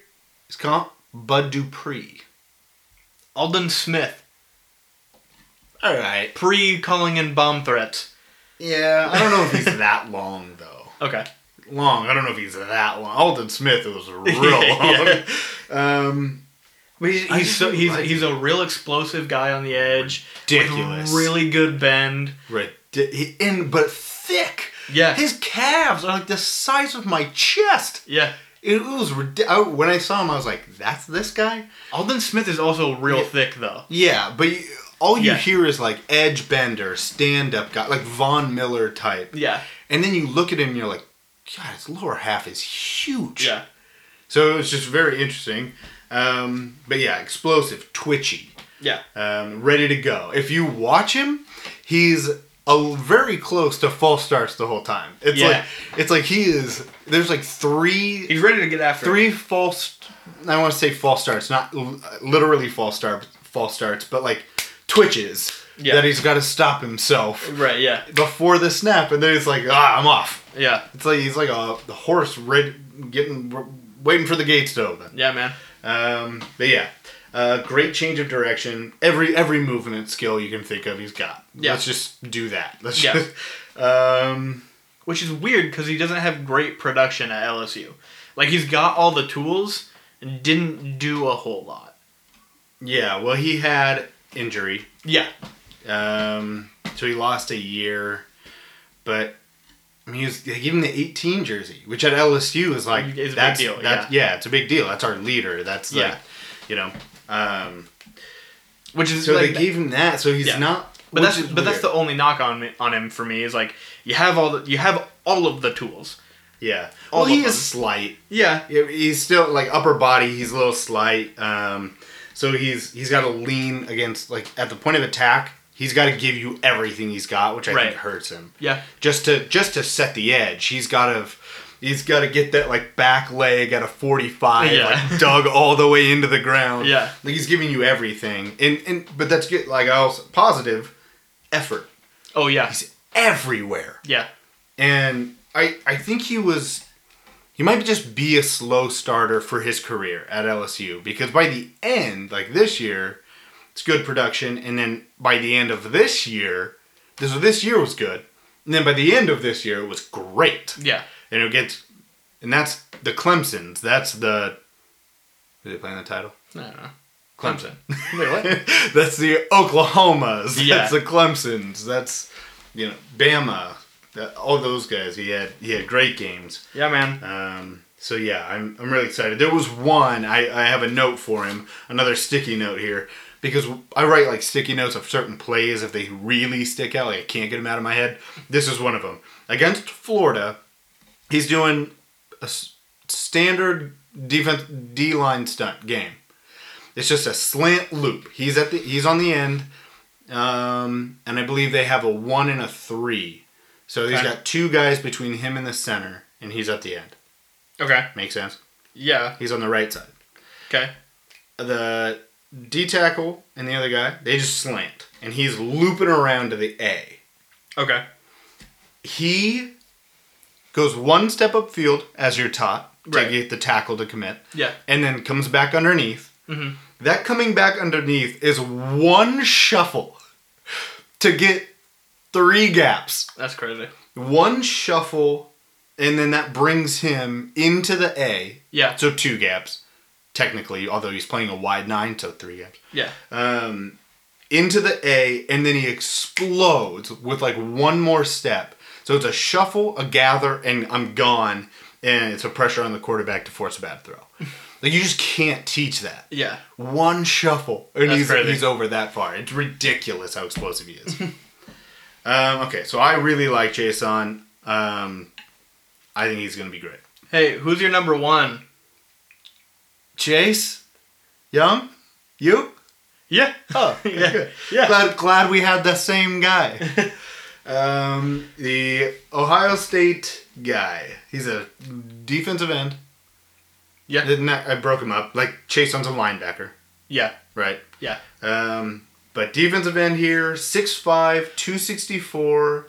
Speaker 5: is comp Bud Dupree.
Speaker 6: Alden Smith,
Speaker 5: All right.
Speaker 6: pre calling in bomb threats.
Speaker 5: Yeah, Uh, I don't know if he's that long though.
Speaker 6: Okay.
Speaker 5: long. I don't know if he's that long. Alden Smith was real
Speaker 6: Yeah.
Speaker 5: long. Um,
Speaker 6: But he's
Speaker 5: I
Speaker 6: he's,
Speaker 5: just
Speaker 6: so,
Speaker 5: really
Speaker 6: he's,
Speaker 5: like
Speaker 6: he's a real explosive guy on the edge.
Speaker 5: Ridiculous.
Speaker 6: With really good bend.
Speaker 5: right. He, and but thick.
Speaker 6: Yeah.
Speaker 5: His calves are like the size of my chest.
Speaker 6: Yeah.
Speaker 5: It was ridiculous. When I saw him, I was like, "That's this guy."
Speaker 6: Alden Smith is also real
Speaker 5: Yeah.
Speaker 6: thick though.
Speaker 5: Yeah, but you, all you
Speaker 6: Yeah.
Speaker 5: hear is like edge bender, stand up guy, like Von Miller type.
Speaker 6: Yeah.
Speaker 5: And then you look at him, and you're like, "God, his lower half is huge."
Speaker 6: Yeah.
Speaker 5: So it was just very interesting. Um, but yeah, explosive, twitchy.
Speaker 6: Yeah.
Speaker 5: um, ready to go. If you watch him, he's a, very close to false starts the whole time. It's
Speaker 6: Yeah.
Speaker 5: like it's like he is. There's like three
Speaker 6: He's ready to get after. it.
Speaker 5: three false. I want to say false starts, not l- literally false start false starts, but like twitches
Speaker 6: Yeah.
Speaker 5: that he's got to stop himself
Speaker 6: Right. Yeah.
Speaker 5: before the snap, and then it's like ah, I'm off.
Speaker 6: Yeah.
Speaker 5: It's like he's like a the horse ready, getting waiting for the gates to open.
Speaker 6: Yeah, man.
Speaker 5: Um, but yeah, uh, great change of direction. Every every movement skill you can think of, he's got.
Speaker 6: Yeah.
Speaker 5: Let's just do that. Let's
Speaker 6: Yeah.
Speaker 5: just. Um,
Speaker 6: Which is weird because he doesn't have great production at LSU. Like he's got all the tools and didn't do a whole lot.
Speaker 5: yeah. Well, he had injury,
Speaker 6: Yeah.
Speaker 5: um, so he lost a year. But I mean, he was, they gave him the 18 jersey, which at LSU is like
Speaker 6: It's a big
Speaker 5: that's
Speaker 6: deal,
Speaker 5: that's- yeah. it's a big deal. That's our leader. That's like,
Speaker 6: Yeah.
Speaker 5: you know. Um,
Speaker 6: Which is
Speaker 5: so they
Speaker 6: like
Speaker 5: gave him that. So he's
Speaker 6: Yeah.
Speaker 5: not.
Speaker 6: But
Speaker 5: which
Speaker 6: that's
Speaker 5: is
Speaker 6: but that's
Speaker 5: weird.
Speaker 6: the only knock on me, on him for me is like you have all the you have all of the tools.
Speaker 5: yeah.
Speaker 6: all
Speaker 5: Well, he
Speaker 6: of
Speaker 5: is
Speaker 6: them.
Speaker 5: slight.
Speaker 6: Yeah.
Speaker 5: Yeah, he's still like upper body. He's a little slight, um, so he's he's got to lean against like at the point of attack. He's got to give you everything he's got, which I
Speaker 6: Right.
Speaker 5: think hurts him.
Speaker 6: Yeah.
Speaker 5: Just to just to set the edge, he's got to he's got to get that like back leg at a forty five,
Speaker 6: Yeah.
Speaker 5: like dug all the way into the ground.
Speaker 6: Yeah.
Speaker 5: like he's giving you everything, and and but that's good. Like I also positive effort.
Speaker 6: Oh yeah.
Speaker 5: He's everywhere
Speaker 6: Yeah.
Speaker 5: and I I think he was he might just be a slow starter for his career at LSU because by the end, like this year, it's good production, and then by the end of this year, this this year was good, and then by the end of this year, it was great,
Speaker 6: Yeah.
Speaker 5: and it gets, and that's the Clemson's, that's the, who they playing the title?
Speaker 6: I don't know.
Speaker 5: Clemson.
Speaker 6: Wait, what?
Speaker 5: that's the Oklahomas. That's
Speaker 6: Yeah.
Speaker 5: the Clemsons. That's you know Bama. That- all those guys. He had he had great games.
Speaker 6: yeah, man.
Speaker 5: Um, so yeah, I'm I'm really excited. There was one I I have a note for him. Another sticky note here because I write like sticky notes of certain plays if they really stick out. Like I can't get them out of my head. This is one of them against Florida. He's doing a s- standard defense D line stunt game. It's just a slant loop. He's at the he's on the end. Um, and I believe they have a one and a three. So he's
Speaker 6: Okay.
Speaker 5: got two guys between him and the center, and he's at the end.
Speaker 6: Okay.
Speaker 5: Makes sense.
Speaker 6: Yeah.
Speaker 5: He's on the right side.
Speaker 6: Okay.
Speaker 5: The D tackle and the other guy, they just slant, and he's looping around to the A.
Speaker 6: Okay.
Speaker 5: He goes one step upfield as you're taught to
Speaker 6: Right.
Speaker 5: get the tackle to commit,
Speaker 6: Yeah.
Speaker 5: and then comes back underneath.
Speaker 6: Mhm.
Speaker 5: That coming back underneath is one shuffle to get three gaps.
Speaker 6: That's crazy.
Speaker 5: One shuffle, and then that brings him into the A.
Speaker 6: Yeah.
Speaker 5: So two gaps, technically, although he's playing a wide nine, so three gaps.
Speaker 6: Yeah.
Speaker 5: Um, into the A, and then he explodes with like one more step. So it's a shuffle, a gather, and I'm gone. And it's a pressure on the quarterback to force a bad throw. Like you just can't teach that.
Speaker 6: Yeah.
Speaker 5: One shuffle, and
Speaker 6: That's
Speaker 5: he's,
Speaker 6: crazy.
Speaker 5: he's over that far. It's ridiculous how explosive he is. um, okay, so I really like Jason. Um, I think he's gonna be great.
Speaker 6: Hey, who's your number one?
Speaker 5: Chase, Young, you?
Speaker 6: Yeah.
Speaker 5: Oh,
Speaker 6: Yeah.
Speaker 5: good.
Speaker 6: Yeah.
Speaker 5: Glad, glad we had the same guy. um, the Ohio State guy. He's a defensive end.
Speaker 6: Yeah.
Speaker 5: Didn't I, I broke him up. Like Chase on's a linebacker,
Speaker 6: Yeah.
Speaker 5: right?
Speaker 6: Yeah.
Speaker 5: Um, but defensive end here, 6'5", 264.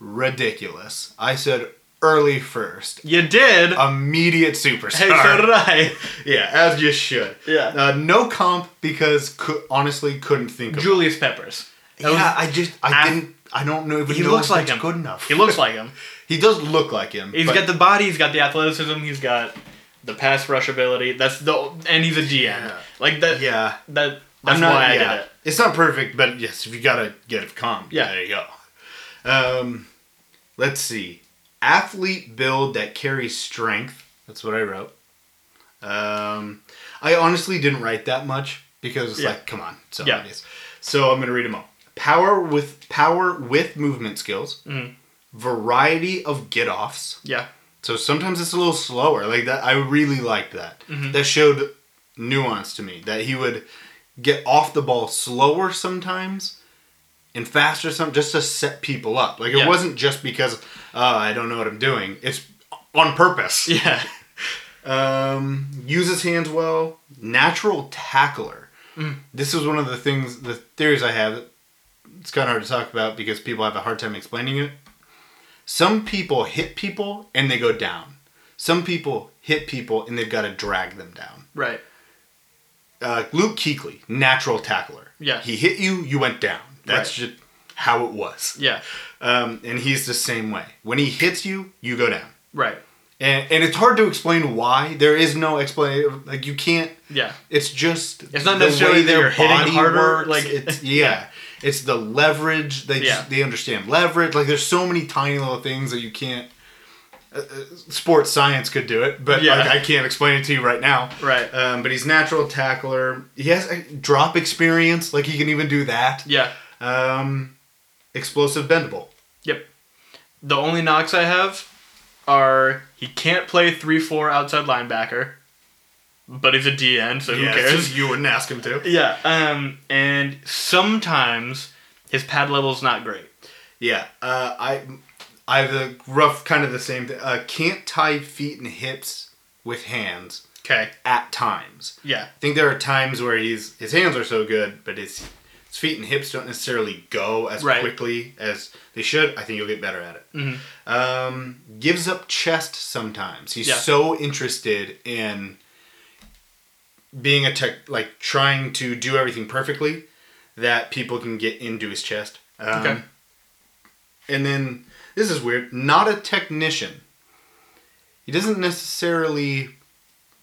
Speaker 5: Ridiculous. I said early first.
Speaker 6: You did.
Speaker 5: Immediate superstar.
Speaker 6: hey, so did I.
Speaker 5: yeah, as you should.
Speaker 6: Yeah.
Speaker 5: Uh, no comp because cou- honestly couldn't think of
Speaker 6: Julius Peppers.
Speaker 5: yeah,
Speaker 6: That was-
Speaker 5: I just I
Speaker 6: I-
Speaker 5: didn't I don't know even
Speaker 6: he
Speaker 5: know
Speaker 6: looks
Speaker 5: if
Speaker 6: like
Speaker 5: that's
Speaker 6: him.
Speaker 5: good enough.
Speaker 6: he looks like him.
Speaker 5: he does look like him.
Speaker 6: He's
Speaker 5: but
Speaker 6: got the body. He's got the athleticism. He's got the pass rush ability. That's the and he's a GM.
Speaker 5: Yeah.
Speaker 6: Like that.
Speaker 5: yeah.
Speaker 6: That. That's
Speaker 5: I'm not-
Speaker 6: why I
Speaker 5: yeah.
Speaker 6: did it.
Speaker 5: It's not perfect, but yes, if you gotta get a comp,
Speaker 6: Yeah.
Speaker 5: there you go. Um, let's see, athlete build that carries strength. That's what I wrote. Um, I honestly didn't write that much because it's
Speaker 6: Yeah.
Speaker 5: like, come on, so
Speaker 6: Yeah.
Speaker 5: obvious. So I'm gonna read them all. Power with power with movement skills.
Speaker 6: Mhm.
Speaker 5: Variety of get offs.
Speaker 6: Yeah.
Speaker 5: So sometimes it's a little slower. Like that, I really liked that.
Speaker 6: Mm-hmm.
Speaker 5: That showed nuance to me. That he would get off the ball slower sometimes and faster some just to set people up. Like it
Speaker 6: Yeah.
Speaker 5: wasn't just because uh, I don't know what I'm doing. It's on purpose.
Speaker 6: Yeah.
Speaker 5: Um, uses hands well. Natural tackler.
Speaker 6: Mm.
Speaker 5: This is one of the things, the theories I have. It's kind of hard to talk about because people have a hard time explaining it. Some people hit people and they go down. Some people hit people and they've got to drag them down.
Speaker 6: Right.
Speaker 5: Uh, Luke Kuechly, natural tackler.
Speaker 6: Yeah.
Speaker 5: He hit you, you went down. That's
Speaker 6: Right.
Speaker 5: just how it was.
Speaker 6: Yeah.
Speaker 5: Um, and he's the same way. When he hits you, you go down.
Speaker 6: Right.
Speaker 5: And, and it's hard to explain why. There is no explanation. Like you can't.
Speaker 6: Yeah.
Speaker 5: It's just
Speaker 6: It's not necessarily that you're hitting harder, like-
Speaker 5: it's yeah. It's the leverage. They
Speaker 6: Yeah.
Speaker 5: just, they understand leverage. Like there's so many tiny little things that you can't. Uh, uh, sports science could do it, but
Speaker 6: Yeah.
Speaker 5: like I can't explain it to you right now.
Speaker 6: Right.
Speaker 5: Um, but he's natural tackler. He has uh, drop experience. Like he can even do that.
Speaker 6: Yeah.
Speaker 5: Um, explosive bendable.
Speaker 6: Yep. The only knocks I have are he can't play three four outside linebacker, but he's a DN, so
Speaker 5: Yeah,
Speaker 6: who
Speaker 5: it's
Speaker 6: cares?
Speaker 5: just You wouldn't ask him to.
Speaker 6: Yeah, um, and sometimes his pad level's not great.
Speaker 5: Yeah, uh, I I have a rough kind of the same thing. Uh, can't tie feet and hips with hands
Speaker 6: Okay.
Speaker 5: at times.
Speaker 6: Yeah.
Speaker 5: I think there are times where he's his hands are so good, but his his feet and hips don't necessarily go as
Speaker 6: Right.
Speaker 5: quickly as they should. I think you'll get better at it.
Speaker 6: Mhm.
Speaker 5: Um, gives up chest sometimes. He's
Speaker 6: Yeah.
Speaker 5: so interested in being a tech, like trying to do everything perfectly, that people can get into his chest. Um,
Speaker 6: Okay.
Speaker 5: And then this is weird. Not a technician. He doesn't necessarily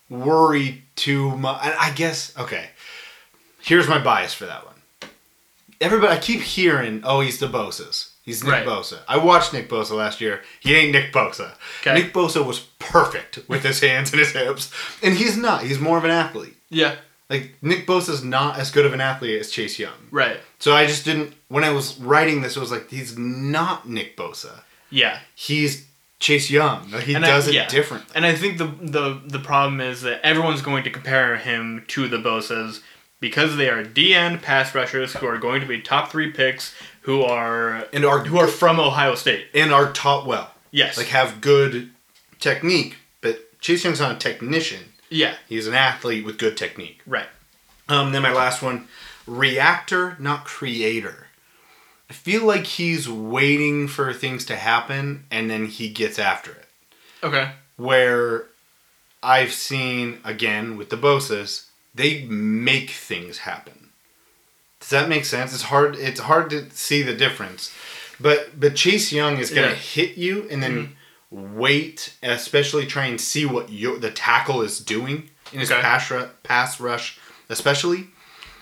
Speaker 5: worry too much. I I guess okay. Here's my bias for that one. Everybody, I keep hearing, oh, he's the Bosa's. He's Nick
Speaker 6: Right.
Speaker 5: Bosa. I watched Nick Bosa last year. He ain't Nick Bosa.
Speaker 6: Okay.
Speaker 5: Nick Bosa was perfect with his hands and his hips, and he's not. He's more of an athlete.
Speaker 6: Yeah.
Speaker 5: Like Nick Bosa's not as good of an athlete as Chase Young.
Speaker 6: Right.
Speaker 5: So I just didn't. When I was writing this, I was like, he's not Nick Bosa.
Speaker 6: Yeah.
Speaker 5: He's Chase Young. Like, he
Speaker 6: And I-
Speaker 5: does it
Speaker 6: yeah.
Speaker 5: differently.
Speaker 6: And I think the the the problem is that everyone's going to compare him to the Bosa's because they are DN pass rushers who are going to be top three picks who are
Speaker 5: And are-
Speaker 6: who are from Ohio State.
Speaker 5: and are taught well.
Speaker 6: Yes.
Speaker 5: Like have good technique, but Chase Young's not a technician.
Speaker 6: yeah.
Speaker 5: He's an athlete with good technique.
Speaker 6: Right.
Speaker 5: Um, then my last one, reactor, not creator. I feel like he's waiting for things to happen and then he gets after it.
Speaker 6: Okay.
Speaker 5: Where I've seen again with the Boses, they make things happen. Does that make sense? It's hard. It's hard to see the difference, but but Chase Young is gonna
Speaker 6: Yeah. Mm-hmm.
Speaker 5: hit you and then wait, especially try and see what your the tackle is doing in his
Speaker 6: Okay.
Speaker 5: pass ru- pass rush, especially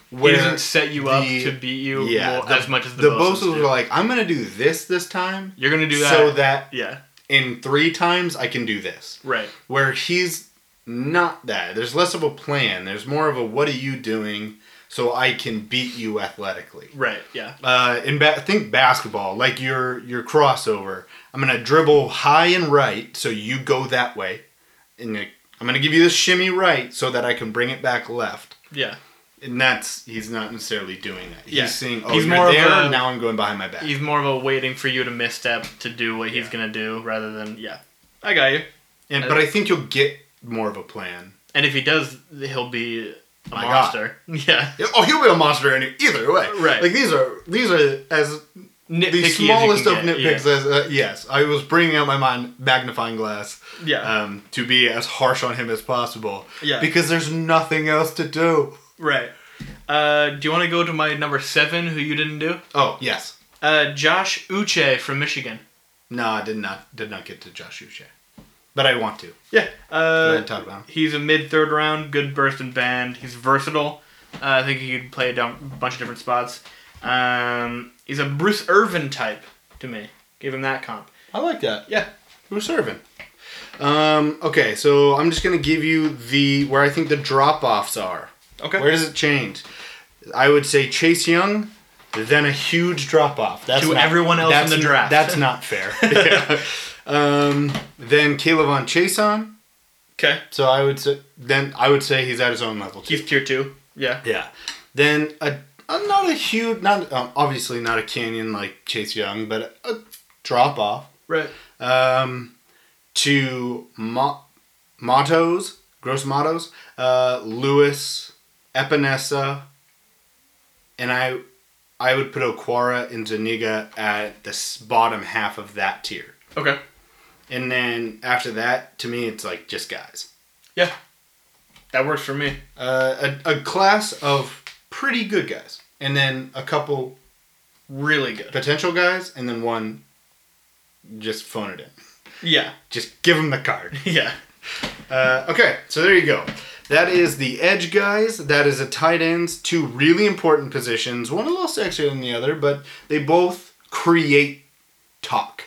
Speaker 6: He
Speaker 5: where
Speaker 6: doesn't set you up
Speaker 5: the-
Speaker 6: to beat you
Speaker 5: yeah,
Speaker 6: more,
Speaker 5: the-
Speaker 6: as much as the,
Speaker 5: the
Speaker 6: Bosa's
Speaker 5: Boses
Speaker 6: do.
Speaker 5: were like, I'm gonna do this this time.
Speaker 6: You're gonna do that.
Speaker 5: So that
Speaker 6: yeah.
Speaker 5: in three times I can do this.
Speaker 6: Right.
Speaker 5: Where he's not that. There's less of a plan. There's more of a what are you doing so I can beat you athletically.
Speaker 6: Right. Yeah.
Speaker 5: Uh, in ba- think basketball, like your your crossover. I'm gonna dribble high and right, so you go that way, and you- I'm gonna give you this shimmy right so that I can bring it back left.
Speaker 6: Yeah.
Speaker 5: And that's he's not necessarily doing that. He's
Speaker 6: Yeah.
Speaker 5: seeing oh
Speaker 6: He's
Speaker 5: you're
Speaker 6: more of
Speaker 5: there
Speaker 6: a-
Speaker 5: now I'm going behind my back.
Speaker 6: He's more of a waiting for you to misstep to do what he's gonna do rather than yeah. I got you.
Speaker 5: And but I think you'll get more of a plan.
Speaker 6: And if he does, he'll be a
Speaker 5: My
Speaker 6: monster. Yeah.
Speaker 5: Oh, he'll be a monster any either way.
Speaker 6: Right.
Speaker 5: Like these are these are as
Speaker 6: Nitpicky
Speaker 5: the
Speaker 6: as you
Speaker 5: smallest of
Speaker 6: can get,
Speaker 5: nitpicks. As uh, yes, I was bringing out my mind magnifying glass.
Speaker 6: Yeah. yeah.
Speaker 5: Um, to be as harsh on him as possible.
Speaker 6: Yeah.
Speaker 5: Because there's nothing else to do.
Speaker 6: Right. Uh, do you want to go to my number seven, who you didn't do?
Speaker 5: Oh yes.
Speaker 6: Uh, Josh Uche from Michigan.
Speaker 5: No, I did not did not get to Josh Uche, but I want to.
Speaker 6: Yeah.
Speaker 5: I
Speaker 6: Uh,
Speaker 5: didn't talk about him.
Speaker 6: he's a mid third round, good burst and bend. He's versatile. Uh, I think he could play a down, bunch of different spots. Um, he's a Bruce Irvin type to me. Give him that comp.
Speaker 5: I like that.
Speaker 6: Yeah.
Speaker 5: Who's serving? Um, okay, so I'm just gonna give you the where I think the drop offs are.
Speaker 6: Okay.
Speaker 5: Where does it change? I would say Chase Young, then a huge drop off. That's
Speaker 6: To everyone else in
Speaker 5: that's
Speaker 6: the
Speaker 5: n-
Speaker 6: draft.
Speaker 5: That's not fair. Yeah. um, then Caleb on Chase on.
Speaker 6: Okay.
Speaker 5: So I would say then I would say he's at his own level too.
Speaker 6: He's tier two. Yeah.
Speaker 5: yeah. Then a, a not a huge not um, obviously not a canyon like Chase Young, but a, drop off
Speaker 6: Right.
Speaker 5: um, to Mo- Mottos, Gross Mottos, uh, Lewis, Epinesa, and I I would put Okwara and Zuniga at the s- bottom half of that tier.
Speaker 6: Okay.
Speaker 5: And then after that, to me, it's like just guys.
Speaker 6: Yeah. That works for me.
Speaker 5: Uh, a, a class of pretty good guys. And then a couple
Speaker 6: Really good.
Speaker 5: potential guys, and then one just phone it in.
Speaker 6: Yeah.
Speaker 5: Just give them the card.
Speaker 6: Yeah.
Speaker 5: Uh, okay, so there you go. That is the edge guys. That is the tight ends. Two really important positions. One a little sexier than the other, but they both create talk,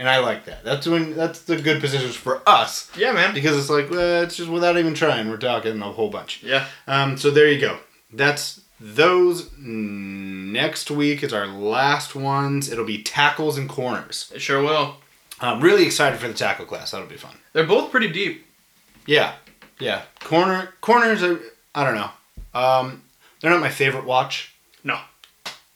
Speaker 5: and I like that. That's when that's the good positions for us
Speaker 6: Yeah, man.
Speaker 5: because it's like well, it's just without even trying, we're talking a whole bunch.
Speaker 6: Yeah.
Speaker 5: Um, so there you go. That's those. Next week is our last ones. It'll be tackles and corners.
Speaker 6: It sure will.
Speaker 5: I'm really excited for the tackle class. That'll be fun.
Speaker 6: They're both pretty deep.
Speaker 5: Yeah, yeah. Corner corners are I don't know. Um, they're not my favorite watch.
Speaker 6: No.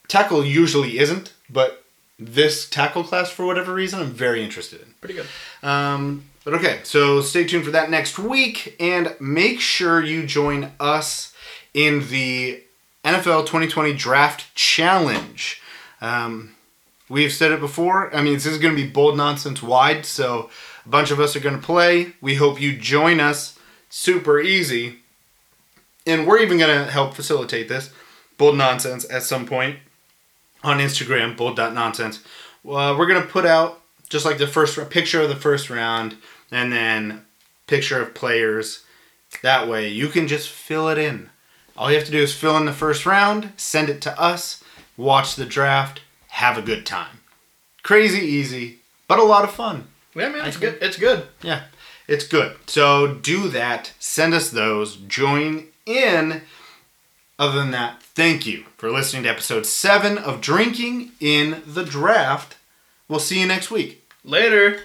Speaker 5: Tackle usually isn't, but this tackle class for whatever reason I'm very interested in.
Speaker 6: Pretty good.
Speaker 5: Um, but okay, so stay tuned for that next week, and make sure you join us in the NFL 2020 Draft Challenge. Um, we've said it before. I mean, this is going to be bold nonsense wide, so a bunch of us are going to play. We hope you join us. Super easy, and we're even going to help facilitate this bold nonsense at some point on Instagram, bold.nonsense. Uh, we're going to put out just like the first a picture of the first round and then picture of players. That way you can just fill it in. All you have to do is fill in the first round, send it to us, watch the draft, have a good time. Crazy easy, but a lot of fun.
Speaker 6: Yeah, man. It's good. It's good.
Speaker 5: Yeah, it's good. So do that. Send us those. Join in. Other than that, thank you for listening to episode seven of Drinking in the Draft. We'll see you next week.
Speaker 6: Later.